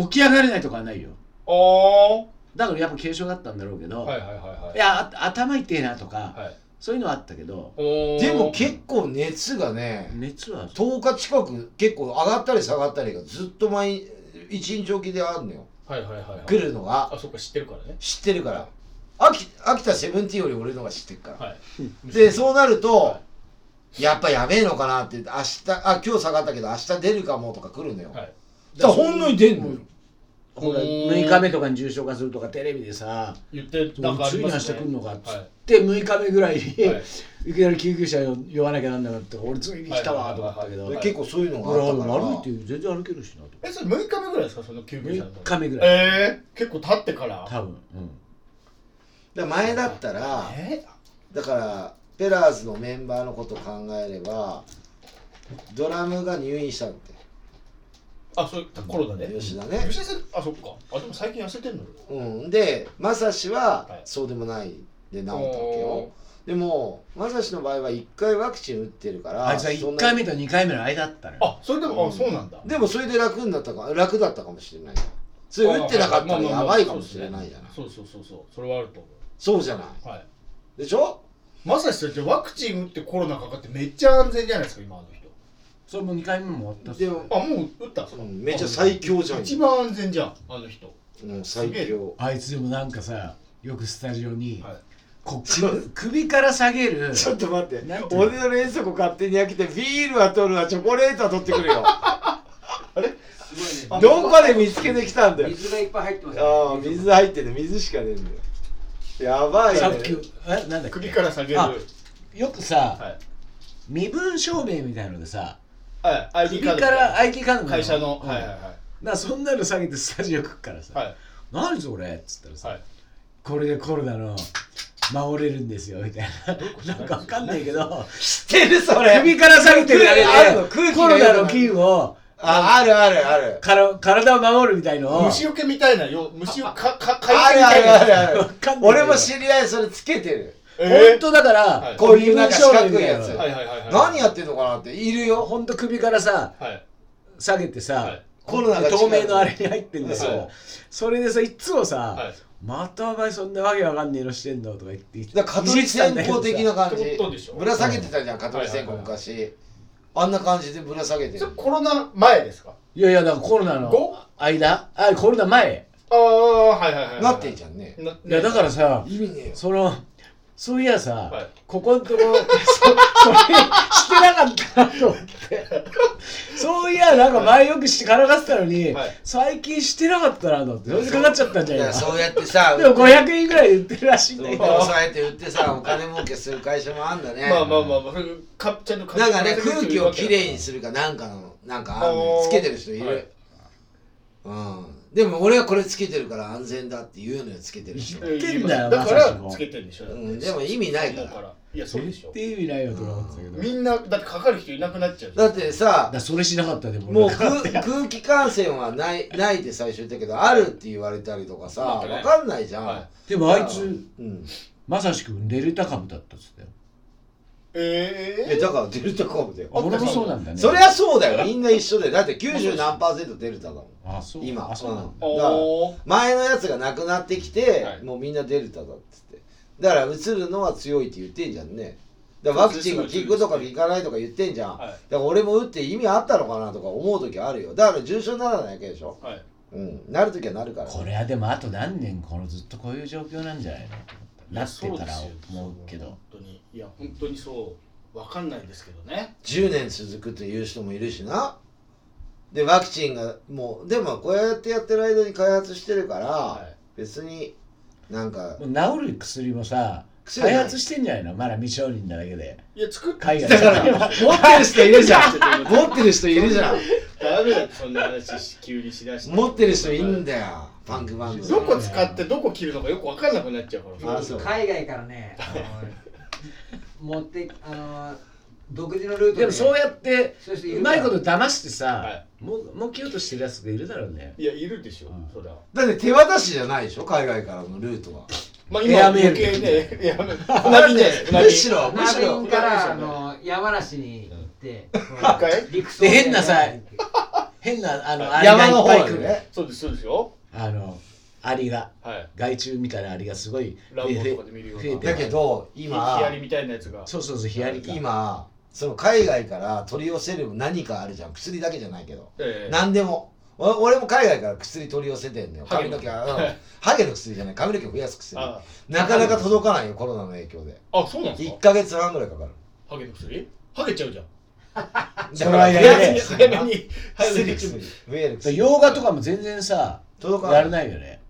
S3: 起き上がれないとかはないよ
S2: お
S3: だからやっぱ軽症だったんだろうけど、
S2: ーはいはいはい
S3: い
S2: はい
S3: やあ頭痛いなとか、
S2: はい
S3: そういうのはあったけど
S2: おー
S1: でも結構熱がね
S3: 熱は
S1: 10日近く結構上がったり下がったりがずっと毎一日おきであるのよ
S2: はいはいはいはい
S1: 来るのが
S2: あそっか知ってるからね
S1: 知ってるから秋秋田セブンティーンより俺のが知ってるから、
S2: はい
S1: でそうなると
S2: は
S1: やっぱやべえのかなって明日あ今日下がったけど明日出るかもとか来るのよ、
S2: はい
S1: だからほんのに出んのよ
S3: もうほら6日目とかに重症化するとかテレビでさ
S2: 言って
S3: も
S2: なん
S3: う
S2: かあ
S3: つ
S2: り
S3: い
S2: ま
S3: に
S2: す
S3: して
S2: ね
S3: くんのかっつ
S2: はい
S3: って6日目ぐらいに、
S2: はい
S3: い、きなり救急車呼ばなきゃなんなかったから俺ついに来たわとかったけど、
S2: はいはいはいはい
S1: 結
S3: 結
S1: 構そういうの
S3: 構
S1: があったから
S3: 歩いて全然歩けるしなと
S2: えそれ6日目ぐらいですかその救急車の
S3: 6日目ぐらい
S2: ええ結構経ってから
S3: 多分、うん、
S1: だから前だったら
S2: え
S1: だからペラーズのメンバーのことを考えればドラムが入院したんだ
S2: あそうコロナで
S1: って吉田
S2: え
S1: ね
S2: 吉田さんあそっかあでも最近痩せてんの
S1: うんで正志
S2: はい
S1: はそうでもないで治ったわけよ
S2: お
S1: でも正志の場合は1回ワクチン打ってるから
S3: あいつは
S1: そんな
S3: 1回目と2回目の間だったのよ
S2: あそれでも、あそうなんだ
S1: でもそれで楽になったか楽だったかもしれないそれ打ってなかったら
S2: まあまあ
S1: や
S2: まあ
S1: ばいかもしれないじゃない
S2: そうそうそうそうそれはあると思
S1: そうじゃないう
S2: はい
S1: でしょ
S2: まさしさんってワクチン打ってコロナかかってめっちゃ安全じゃないですか今あの人
S3: それも2回目も終わったっす
S1: でも
S2: あもう打ったんです
S1: う
S2: か
S1: んめっちゃ最強じゃん
S2: 一番安全じゃんあの人
S1: うん最強
S3: あいつでもなんかさよくスタジオに、
S2: はい
S3: こ首から下げる
S1: ちょっと待って
S3: なんていうの
S1: 俺の冷蔵庫勝手に開けてビールは取るわチョコレートは取ってくる よ
S6: すごいね
S1: どこで見つけてきたんだよ
S6: 水がいっぱい入ってますね
S1: ああ水入ってる水しかねえんだよやばい
S3: さっき
S1: ね
S3: えなんだっけ
S2: 首から下げる
S3: あよくさ、
S2: はい
S3: 身分証明みたいのでさ
S2: はい ID
S3: 首
S2: カード
S3: から ID カードみたい
S2: 会
S3: な
S2: 社の
S3: うん
S2: はいはい
S3: だからそんなの下げてスタジオ来っからさ「
S2: はいはい
S3: 何それ?」っつったらさ、
S2: はい
S3: これでコロナの守れるんですよ」みたいななんかわかんないけど
S1: 知ってるそれ
S3: 首から下げてるだけ
S1: 空気あるの空
S3: で
S1: 気
S3: コ
S1: が
S3: ロ
S1: よくな
S3: ナ
S1: る
S3: の菌を
S1: ああるあるある
S3: から体を守るみたいのを
S2: 虫除けみたいなよ虫をかかか
S1: あ
S2: い
S1: るあるあるある
S3: わかんないけど
S1: 俺も知り合いそれつけてる
S2: え
S3: 本当だから、
S2: はい
S1: こういうなんか四角いやつ
S2: ーはいはいはいはい
S1: 何やってんのかなっているよ
S3: 本当首からさ
S2: はい
S3: 下げてさ、
S2: はい
S1: コロナが
S3: 透
S1: 近い
S3: 明のあれに入ってんですよ、
S2: はい
S3: それでさいっつもさ、
S2: はい
S3: またお前そんなわけわかんねえのしてんのとか言って言って
S1: だから蚊取り線香的な感
S2: いじって
S1: じ
S2: たんだけどさ
S1: ぶら下げてたじゃん蚊取り線香
S2: はいはいは
S1: 昔あんな感じでぶら下げて
S2: それ
S1: る
S2: コロナ前ですか
S3: いやいやだからコロ
S2: ご
S3: ナの間あコロナ前
S2: ああはいはいはいはい
S1: なってんじゃんね
S2: ない
S3: やだからさ
S1: 意味ねえよ
S3: そのそういやさ、
S2: はい
S3: ここのところそそれしてなかったなと思ってそういやなんか前よくしてからかってたのに、
S2: はい
S3: 最近してなかったなと思ってそれでかかっちゃったんじ
S1: い
S3: ゃ
S1: や
S3: ん
S1: そうやってさ
S3: でも500円ぐらいで売ってるらしいんだ
S1: そう
S3: け
S1: で
S3: ど
S1: もそうやって売ってさお金儲けする会社もあんだね
S2: まあまあまあまあそれかちゃんと
S1: なんかね空気をきれいにするかなんかのなんかあんの
S2: あー
S1: つけてる人いる、
S2: はい
S1: うんでも俺はこれつけてるから安全だって言うのよつけてる人、
S2: 言
S3: ってんだよ
S2: だか
S3: まさし
S2: ら
S3: も
S2: つけてんでしょだ
S1: う
S2: って
S1: ん、でも意味ないか
S2: 思う
S1: ら
S2: いやそうでしょ
S3: って意味ないよとか思ってたけど
S2: みんなだってかかる人いなくなっちゃう
S1: だってさ
S3: だそれしなかったでも
S1: もう
S3: 俺
S1: 空空気感染はない ないって最初言ったけどあるって言われたりとかさ
S2: そうだね
S1: わかんないじゃん、
S2: は
S3: でもあいつ
S1: うん、
S3: まさしくんデルタ株だったっつったよ
S2: え
S1: えだからデルタ株だよ
S2: あ
S3: 俺もそうなんだね
S1: そりゃそうだよみんな一緒だよだって90何パーセントデルタだもん
S3: あそう
S1: 今
S3: あそうなんだ
S1: だ
S2: おー
S1: 前のやつがなくなってきて、
S2: はい
S1: もうみんなデルタだっつってだからうつるのは強いって言ってんじゃんねだからワクチンが効くとか効かないとか言ってんじゃん、
S2: はい
S1: だから俺も打って意味あったのかなとか思う時あるよだから重症にならないわけでしょ
S2: はい
S1: うんなる時はなるから
S3: これはでもあと何年このずっとこういう状況なんじゃないのなってたら思うけど
S2: 本当にいや本当にそうわかんないですけどね
S1: 10年続くという人もいるしなでワクチンがもうでもこうやってやってる間に開発してるから、
S2: い
S1: 別になんか
S3: もう治る薬もさ
S1: 薬ない
S3: 開発してんじゃないのまだ未承認なだけで
S2: いや作っ
S3: 海外
S1: だから 持ってる人いるじゃん持ってる人いるじゃん
S2: ダメだってそんな話し急にしだして
S1: 持ってる人いるんだよパンクバンド
S2: どこ使ってどこ切るのかよくわかんなくなっちゃうから
S1: あそう
S6: 海外からねあの持ってあの独自のルート
S3: でもそうやって
S6: そうして
S3: う
S6: る
S3: まいこと
S6: か
S3: 騙して
S2: は
S3: さもうもうけようとしてるやつがいるだろうね
S2: いやいるでしょ
S3: ん
S2: そりゃ
S1: だって手渡しじゃないでしょ海外からのルートは
S2: まあ
S3: エア
S2: 今
S3: メ
S2: 余
S3: ール
S2: 計ねエアメ ール船便ね
S1: むしろむ
S6: ら
S1: しろ
S6: 南からあの山梨に行って
S2: 回
S6: 陸送
S3: で変なさ変なあのアリが
S1: 山
S3: い
S1: の
S3: っぱい
S1: 方
S3: 来
S1: で
S3: る
S1: ね
S2: そうですそうですよ
S3: あのアリが
S2: はい
S3: 害虫みたいなアリがすごい
S2: ランボーとかで見るような
S3: 増えて
S1: だけど今
S2: ヒアリみたいなやつが
S3: そうそうそうヒアリか
S1: 今その海外から取り寄せる何かあるじゃん薬だけじゃないけど
S2: ええ
S1: 何でもお俺も海外から薬取り寄せてんのよ
S2: ハ
S1: 髪
S2: ゲの
S1: の毛はうんハゲの薬じゃない髪の毛を増やす薬
S2: あ
S1: なかなか届かないよコロナの影響で
S2: あそうなんです
S1: 1
S2: か
S1: か月半ぐらいかかる
S2: ハゲの薬ハゲちゃうじゃん
S1: だから
S3: その間
S1: 増
S3: にね
S1: やす
S2: 早めに早め
S1: 薬薬
S2: に
S1: 増える
S3: だから
S1: 薬
S3: 洋画とかも全然さ
S1: 届かな
S3: やら
S1: い
S3: ないよね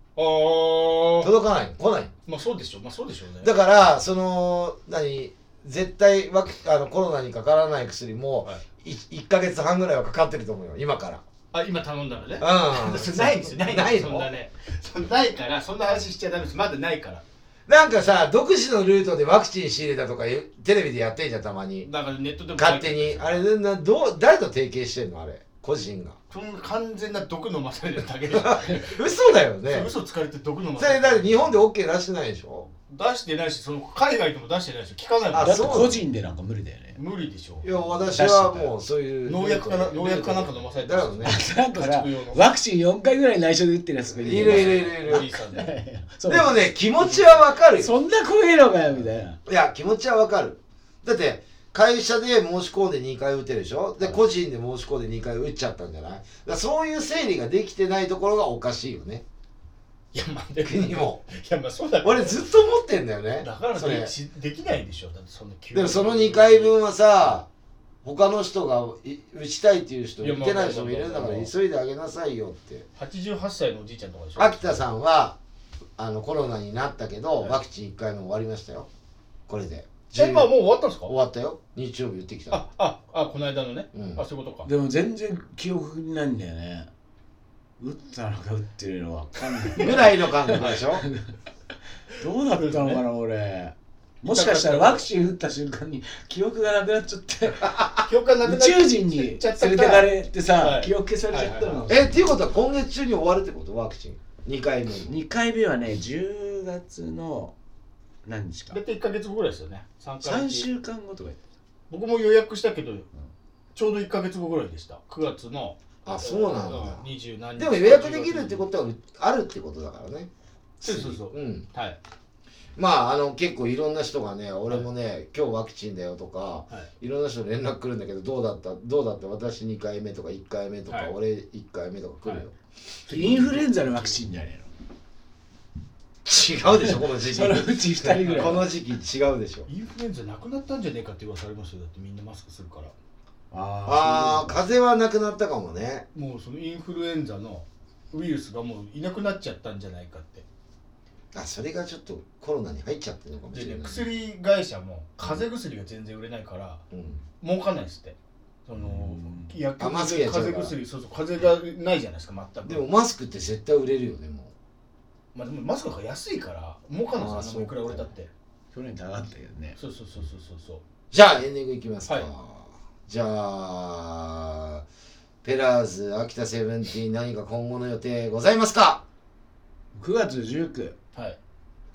S2: ああ
S1: 届かない来ない
S2: まあそうでしょまあそうでしょうね
S1: だからその何絶対わあのコロナにかからない薬も、、
S2: はい
S1: 1か月半ぐらいはかかってると思うよ今から
S2: あ今頼んだらね
S1: うん
S2: ないんですよないんです
S1: ないの
S2: よそんなねそんないからそんな話しちゃダメですまだないから
S1: なんかさ独自のルートでワクチン仕入れたとかいうテレビでやってんじゃんたまに
S2: だからネットでも
S1: 勝手にあれなどう誰と提携してんのあれ個人が
S2: その完全な毒飲まされてるだけでしょ
S1: 嘘だよね
S2: 嘘つかれて毒飲ま
S1: そ
S2: され
S1: れ
S2: て
S1: だっ
S2: る
S1: て日本で OK 出してないでしょ
S2: 出してないしその海外でも出してないでしょ聞かないも
S1: あ
S2: ん
S3: だ
S2: だ
S3: って
S1: そう
S3: 個人でなんか無理だよね
S2: 無理でしょ
S1: いや私はもうそういう
S2: 農薬かな農薬かなんか飲まされて
S1: だよね
S3: なんかさ
S2: 家畜用の
S3: ワクチン4回ぐらい内緒で打ってるやつが
S1: い
S3: い
S1: る
S3: る
S1: い
S3: よ
S1: る
S3: ね
S1: いるいる
S2: おじいさんで
S3: そう
S1: でもね気持ちはわかるよ
S3: そんな怖えのかよみたいない
S1: や気持ちはわかるだって会社で申し込んで2回打てるでしょで個人で申し込んで2回打っちゃったんじゃないだからそういう整理ができてないところがおかしいよ ね
S2: いやまあ で
S1: 国も
S2: いやまあそうだけど
S1: 俺ずっと思ってんだよね
S2: だから
S1: それ
S2: でしできないでしょだってその急に
S1: でもその2回分はさ他の人がい打ちたいっていう人
S2: いやま
S1: 打
S2: あ
S1: てない人もいるんだか
S2: まあま
S1: ら
S2: あ
S1: 急いであげなさいよって
S2: 88歳のおじいちゃんとかでしょ
S1: 秋田さんはあのコロナになったけどワクチン1回も終わりましたよこれで
S2: え今もう終わったんですか
S1: 終わったよ日曜日打ってきた
S2: あああこの間のね、
S1: うん
S2: あそういうことか
S3: でも全然記憶にないんだよね打ったのか打ってるのわかんない
S1: ぐらいの感覚でしょ
S3: どうだったのかな俺もしかしたらワクチン打った瞬間に記憶がなくなっちゃって
S2: 記憶がなくなっ
S3: 宇
S2: ちゃ
S3: 宙人に連れてかれて
S2: は
S3: さ
S2: い
S3: 記憶消されちゃったのかもしれない
S1: えっていうことは今月中に終わるってことワクチン2回目に
S3: 2回目はね10月の何日か
S2: だって1か月後ぐらいですよね3回
S3: 3週間後とか言って
S2: 僕も予約したけど、ちょうど1か月後ぐらいでした9月の
S1: あそうなんだ
S2: 二十何日
S1: でも予約できるってことはあるってことだからね
S2: そうそうそう、
S1: うん
S2: はい
S1: まああの結構いろんな人がね俺もね今日ワクチンだよとか
S2: はい
S1: いろんな人連絡来るんだけどどうだったどうだった私2回目とか1回目とか
S2: はい
S1: 俺1回目とか来るよ
S3: インフルエンザのワクチンじゃねえの
S1: 違うでしょこの時期
S3: そのうち2人ぐらい
S1: この時期違うでしょ
S2: インフルエンザなくなったんじゃねえかって噂ありますよだってみんなマスクするから
S1: ああ
S3: ー
S1: 風邪はなくなったかもね
S2: もうそのインフルエンザのウイルスがもういなくなっちゃったんじゃないかって
S1: あそれがちょっとコロナに入っちゃってるのかもしれな
S2: で
S1: い
S2: ね
S1: ね
S2: 薬会社も風邪薬が全然売れないから
S1: うん
S2: 儲かんないですってその
S3: ん
S2: 薬
S1: あマ
S2: 局
S1: スク
S2: で
S1: やっちゃう
S2: 風
S1: から
S2: 邪薬そうそう風邪がないじゃないですか全く
S1: でもマスクって絶対売れるよねも
S2: まあ、でもマスクが安いから儲かんないです
S1: あ
S2: よ
S1: ー
S2: いくら売れたって
S3: 去年高かったけどね
S2: そうそうそうそうそうそう
S1: うじゃあエンディングいきますか、
S2: はい
S1: じゃあペラーズ秋田セブンティーン何か今後の予定ございますか
S3: 9月19
S2: はい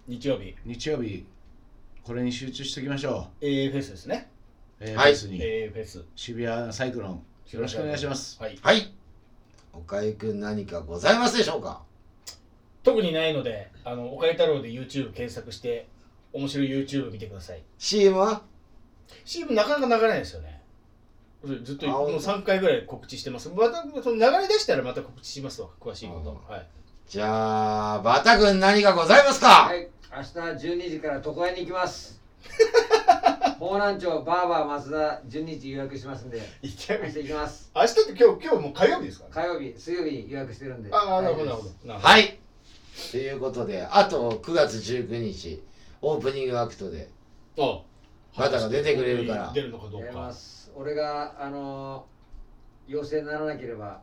S2: 日曜日
S3: 日曜日これに集中しておきましょ
S2: AA フェスですね
S3: う、えー
S1: はい
S3: ベースに
S2: AA フェス
S3: 渋谷サイクロンよろしくお願いします
S2: はい
S1: はい岡井くん何かございますでしょうか
S2: 特にないのであの岡井太郎で YouTube 検索して面白い YouTube 見てください
S1: CM は
S2: CM なかなか流れないですよねずっと
S1: あ
S2: もう3回ぐらい告知してますまたその流れ出したらまた告知しますわ詳しいこ
S1: あ
S2: とはい
S1: じゃあバタくん何かございますか、
S6: はい、明日12時から床屋に行きます。方南町バーバー松田12時予約しますんで、
S2: 行って
S6: 明日行きます。
S2: 明日って今日今日もう火曜日ですか
S6: 火曜日、水曜日予約してるんで。
S2: ああなるほどな
S6: 大丈
S2: る
S6: 夫
S2: ほ
S6: です
S2: どなるほど
S1: はい。ということで、あと9月19日、オープニングアクトで、
S2: あ
S1: まだ出てくれるから
S2: 出るのかどう
S6: やりま
S2: か
S6: す。俺が、あのー、陽性にならなければ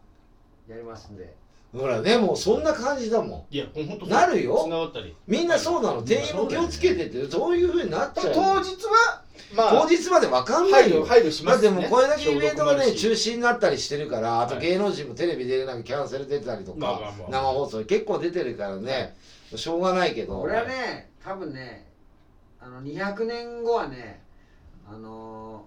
S6: やりますんで。
S1: ほらね、もうそんな感じだもん。
S2: いや本当
S1: なるよ
S2: つながったり
S1: みんなそうなの、店員も気をつけてって、そういうふうになっちゃう。
S2: 当日はまあ
S1: 当日までわかんな
S2: 配
S1: い
S2: 慮
S1: よ。
S2: 配慮しま
S1: だっ
S2: す
S1: て
S2: よ
S1: も
S2: ね
S1: うこれだけイベントが
S2: 消毒もあ
S1: ね
S2: るし
S1: 中止になったりしてるからあと
S2: はい
S1: 芸能人もテレビ出れなくキャンセル出たりと
S2: まあま
S1: か
S2: あまあ
S1: 生放送結構出てるからねしょうがないけど
S6: 俺はね、多分ね、あの200年後はね、あの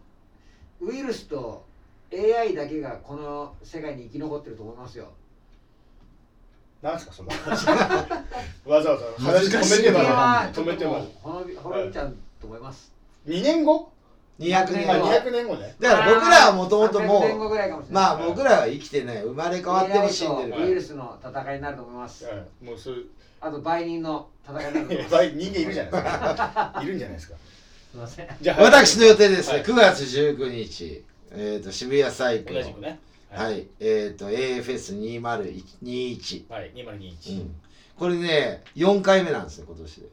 S6: ー、ウイルスと AI だけがこの世界に生き残ってると思いますよ。
S4: なんですか その話わざわざ話
S3: 難し
S4: 止
S3: い
S4: めて
S6: これ
S4: まで
S3: な
S6: はちょ
S4: 止
S6: っ
S4: めて
S6: とも
S4: ま
S6: う
S4: で
S6: 滅び滅びちゃうと思います。
S4: 2年後
S1: 200
S4: あ
S1: 年
S6: まあ
S1: 後
S4: 200年後ね
S1: だから僕らはもともと
S6: 300年後
S1: もう
S6: ぐらいかもしれない
S1: まあ僕らは生きてない生まれ変わっても死んでる
S6: AI とウイルスの戦いになると思います。
S4: うんもうそれ
S6: あと売人の戦いにな ると思い
S4: や
S6: ま
S4: ば
S6: す。
S4: い人間いるじゃないですかいるんじゃないですか
S6: すみません。
S4: じゃ
S1: 私の予定ですね、
S4: はい
S1: 9月19日、えー、と渋谷サイク
S2: 同
S1: ル
S2: じくね
S1: はい、えっ、と AFS2021、
S2: はい、2021。
S1: うんこれね4回目なんですよ今年で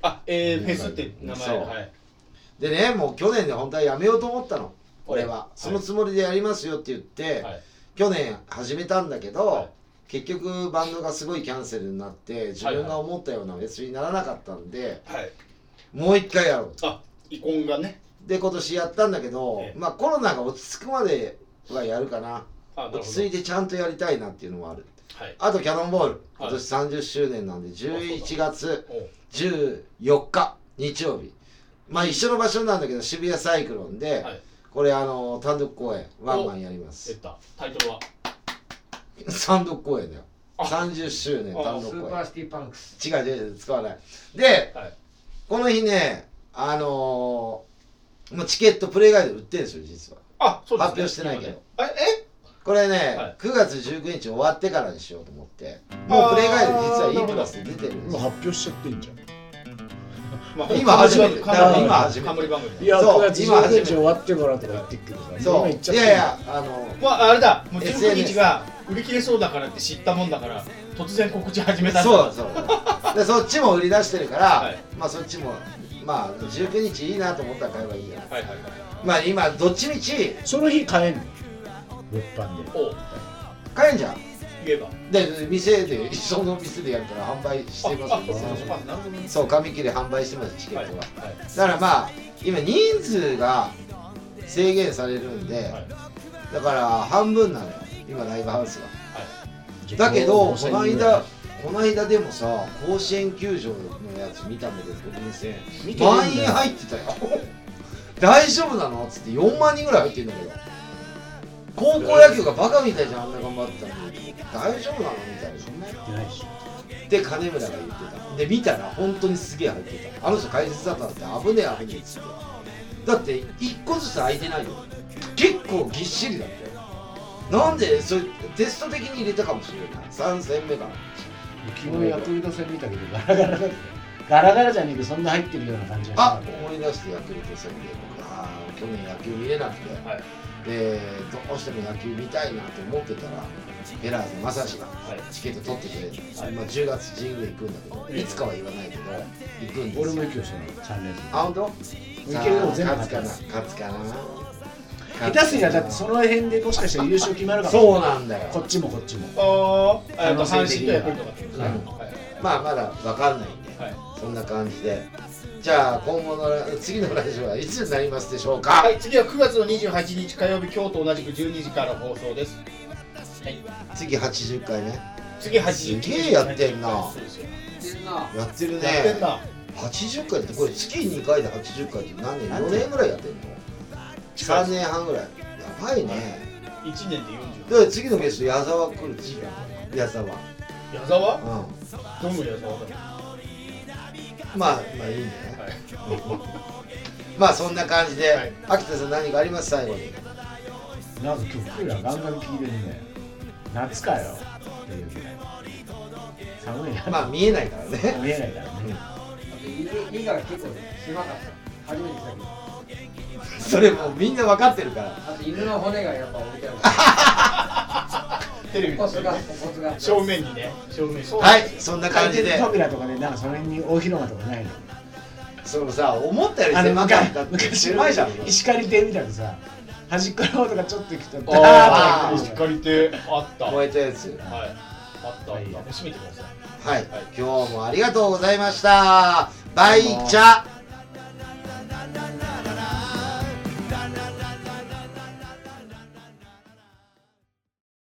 S2: あ、えー、フェスって名前、
S1: そう
S2: はい。
S1: でねもう去年で本当はやめようと思ったの俺は、
S2: い
S1: そのつもりでやりますよって言って、
S2: はい
S1: 去年始めたんだけど、
S2: はい
S1: 結局バンドがすごいキャンセルになって自分が思ったような別にならなかったんで、
S2: はい。
S1: もう一回やろうと
S2: あ、遺恨がね。
S1: で今年やったんだけど、
S2: ええ
S1: まあコロナが落ち着くまではやるかな
S2: あ、なる
S1: 落
S2: ほ
S1: ち着い
S2: ど。
S1: てちゃんとやりたいなっていうのもある
S2: はい。
S1: あとキャノンボール今
S2: はい
S1: 年30周年なんで11月
S2: おう
S1: 14日日曜日まあ一緒の場所なんだけど渋谷サイクロンで、
S2: はい
S1: これあの単独公演ワンマンやりま
S2: 出
S1: す
S2: た。タイトルは
S1: 単独公演だよ
S2: あ
S1: 30周年
S2: あ
S1: 単
S6: ス
S1: 独
S6: ー
S1: 公
S6: パー
S1: 演
S6: シティパンクス
S1: 違う違う違う使わないで、
S2: はい
S1: この日ねあのーもうチケットプレイガイド売ってるんですよ実は
S2: あ、そうで
S1: 発表し
S2: すね。
S1: てないけど
S2: 今ね。え、え
S1: これね、
S2: はい
S1: 9月19日終わってからにしようと思ってもうプレイガイド実はいいプラスで出てるんで
S7: もう
S1: すよ
S7: 発表しちゃっていいんじゃん
S2: ま
S1: 今初めてだから
S7: 今
S1: 初めて
S2: 冠番組。
S7: いや
S1: そう
S7: 9月
S1: 今初
S7: 15
S1: めて
S7: 日終わってからとか言ってっけどさ
S1: そ
S7: 今
S1: う
S7: 言っちゃっ
S1: い
S7: てい
S1: やいやあの
S2: まあ、あれだ、もう19
S1: SNS
S2: 日が売り切れそうだからって知ったもんだから、突然告知始めたんだ
S1: そうそうでそっちも売り出してるから、
S2: はい
S1: まあそっちもまあ19日いいなと思ったら買えばいいんじゃない
S2: はいはいはい。
S1: まあ今どっちみち
S7: その日買えんの物販で
S2: おう、
S1: 買えんじゃん
S2: 言えば。
S1: で店で一緒の店でやるから販売して
S2: あ、
S1: ます
S2: そうそう
S1: よ
S2: そう。あなるほどね
S1: そう紙切れ販売してますチケ
S2: はい
S1: ットが、
S2: はい
S1: だからまあ今人数が制限されるんで、
S2: はい
S1: だから半分なのよ今ライブハウスが
S7: じゃ
S1: だけど
S7: 5000
S1: この
S7: 円ぐら
S1: 間
S7: い
S1: この間でもさ甲子園球場のやつ見たんだけど国選
S7: 見てね
S1: 満
S7: えんだ
S1: 員
S7: よ
S1: 入ってたよ 大丈夫なのっつって4万人ぐらい入ってんだけど高校野球がバカみたいじゃんあんな頑張ってたのに大丈夫なのみたい
S7: 入
S1: な
S7: ってないでしょ
S1: で金村が言ってたで見たら本当にすげえ入ってたあの人解説だったって危ねえ危ねえっつってだって1個ずつ空いてないよ結構ぎっしりだったよなんでそれテスト的に入れたかもしれない3戦目が
S7: 昨日ヤクルト戦見たけどガラガラだガラガラじゃねえけどそんな入ってるような感じが
S1: あ
S7: し
S1: 思い出してヤクルト戦で僕あー去年野球見れなくて、
S2: はい
S1: でどうしても野球見たいなと思ってたらベラーズ正志がチケット取ってくれて、
S2: はい
S1: まあ、10月神宮行くんだけどいつかは言わないけど行くんで
S7: 俺
S1: す
S7: も
S1: よ
S7: 行くよその3連
S1: あ本当
S7: いけるよ全部
S1: 勝つかな
S7: 勝
S1: 勝つか
S7: 戦下
S1: な
S7: 手すりゃだってその辺でもしかしたら優勝決まるかも
S1: そうなんだ
S7: こっ
S1: よ
S7: ちもこっちも
S2: あー、えっ
S7: 可
S2: と、
S7: 能性
S2: 阪
S7: 的
S2: 神
S7: に
S2: と
S7: は
S2: ヤクルトがってことですね。
S1: まあまだわかんないんで、
S2: はい
S1: そんな感じでじゃあ今後のラ次のラジオはいつになりますでしょうか、
S2: はい、次は9月の28日火曜日、今日と同じく12時から放送です。
S1: 次80回ね
S2: 次8時。
S1: すげえやってんな
S2: そうですよ
S6: 言ってんな
S1: やってるね
S2: やってんな。
S1: 80回ってこれ月2回で80回って何年4年ぐらいやってんの
S2: 近い
S1: 3年半ぐらいやばいね
S2: 1年で
S1: だから次のゲスト矢沢来る次矢沢うん
S2: 40。矢沢どうも矢沢だ。
S1: まあまあいいね、
S2: はい
S1: うん まあそんな感じで、
S2: はい
S1: 秋田さん何かあります最後に
S7: なんか曲がガンガン聴いてるね夏かよっていうぐらい寒いな、
S1: まあ見えないからね
S7: 見えないからね
S6: 家家が結構狭かった初めて来たけど
S1: それもうみんな分かってるから
S6: あと犬の骨がやっぱ置いて ある
S2: テレビ
S6: ポ
S2: で
S6: ツがポツが
S2: 正面にね。正面。そう
S1: はいそんな感じ
S7: 回
S1: で
S7: 転扉とかねなんかその辺に大広間とかないの
S1: そのさ思ったより狭かったって
S7: 昔
S1: 狭いじゃん
S7: 石狩亭みたいなさ端っこの方とかちょっと行くとダ
S1: あ
S7: ーッと
S1: ー
S7: 行
S2: しっかり手あった。は
S1: 燃
S2: い。
S1: えたやつ
S2: あった。あった。閉めてください。
S1: はい、今日もありがとうございましたバイチャ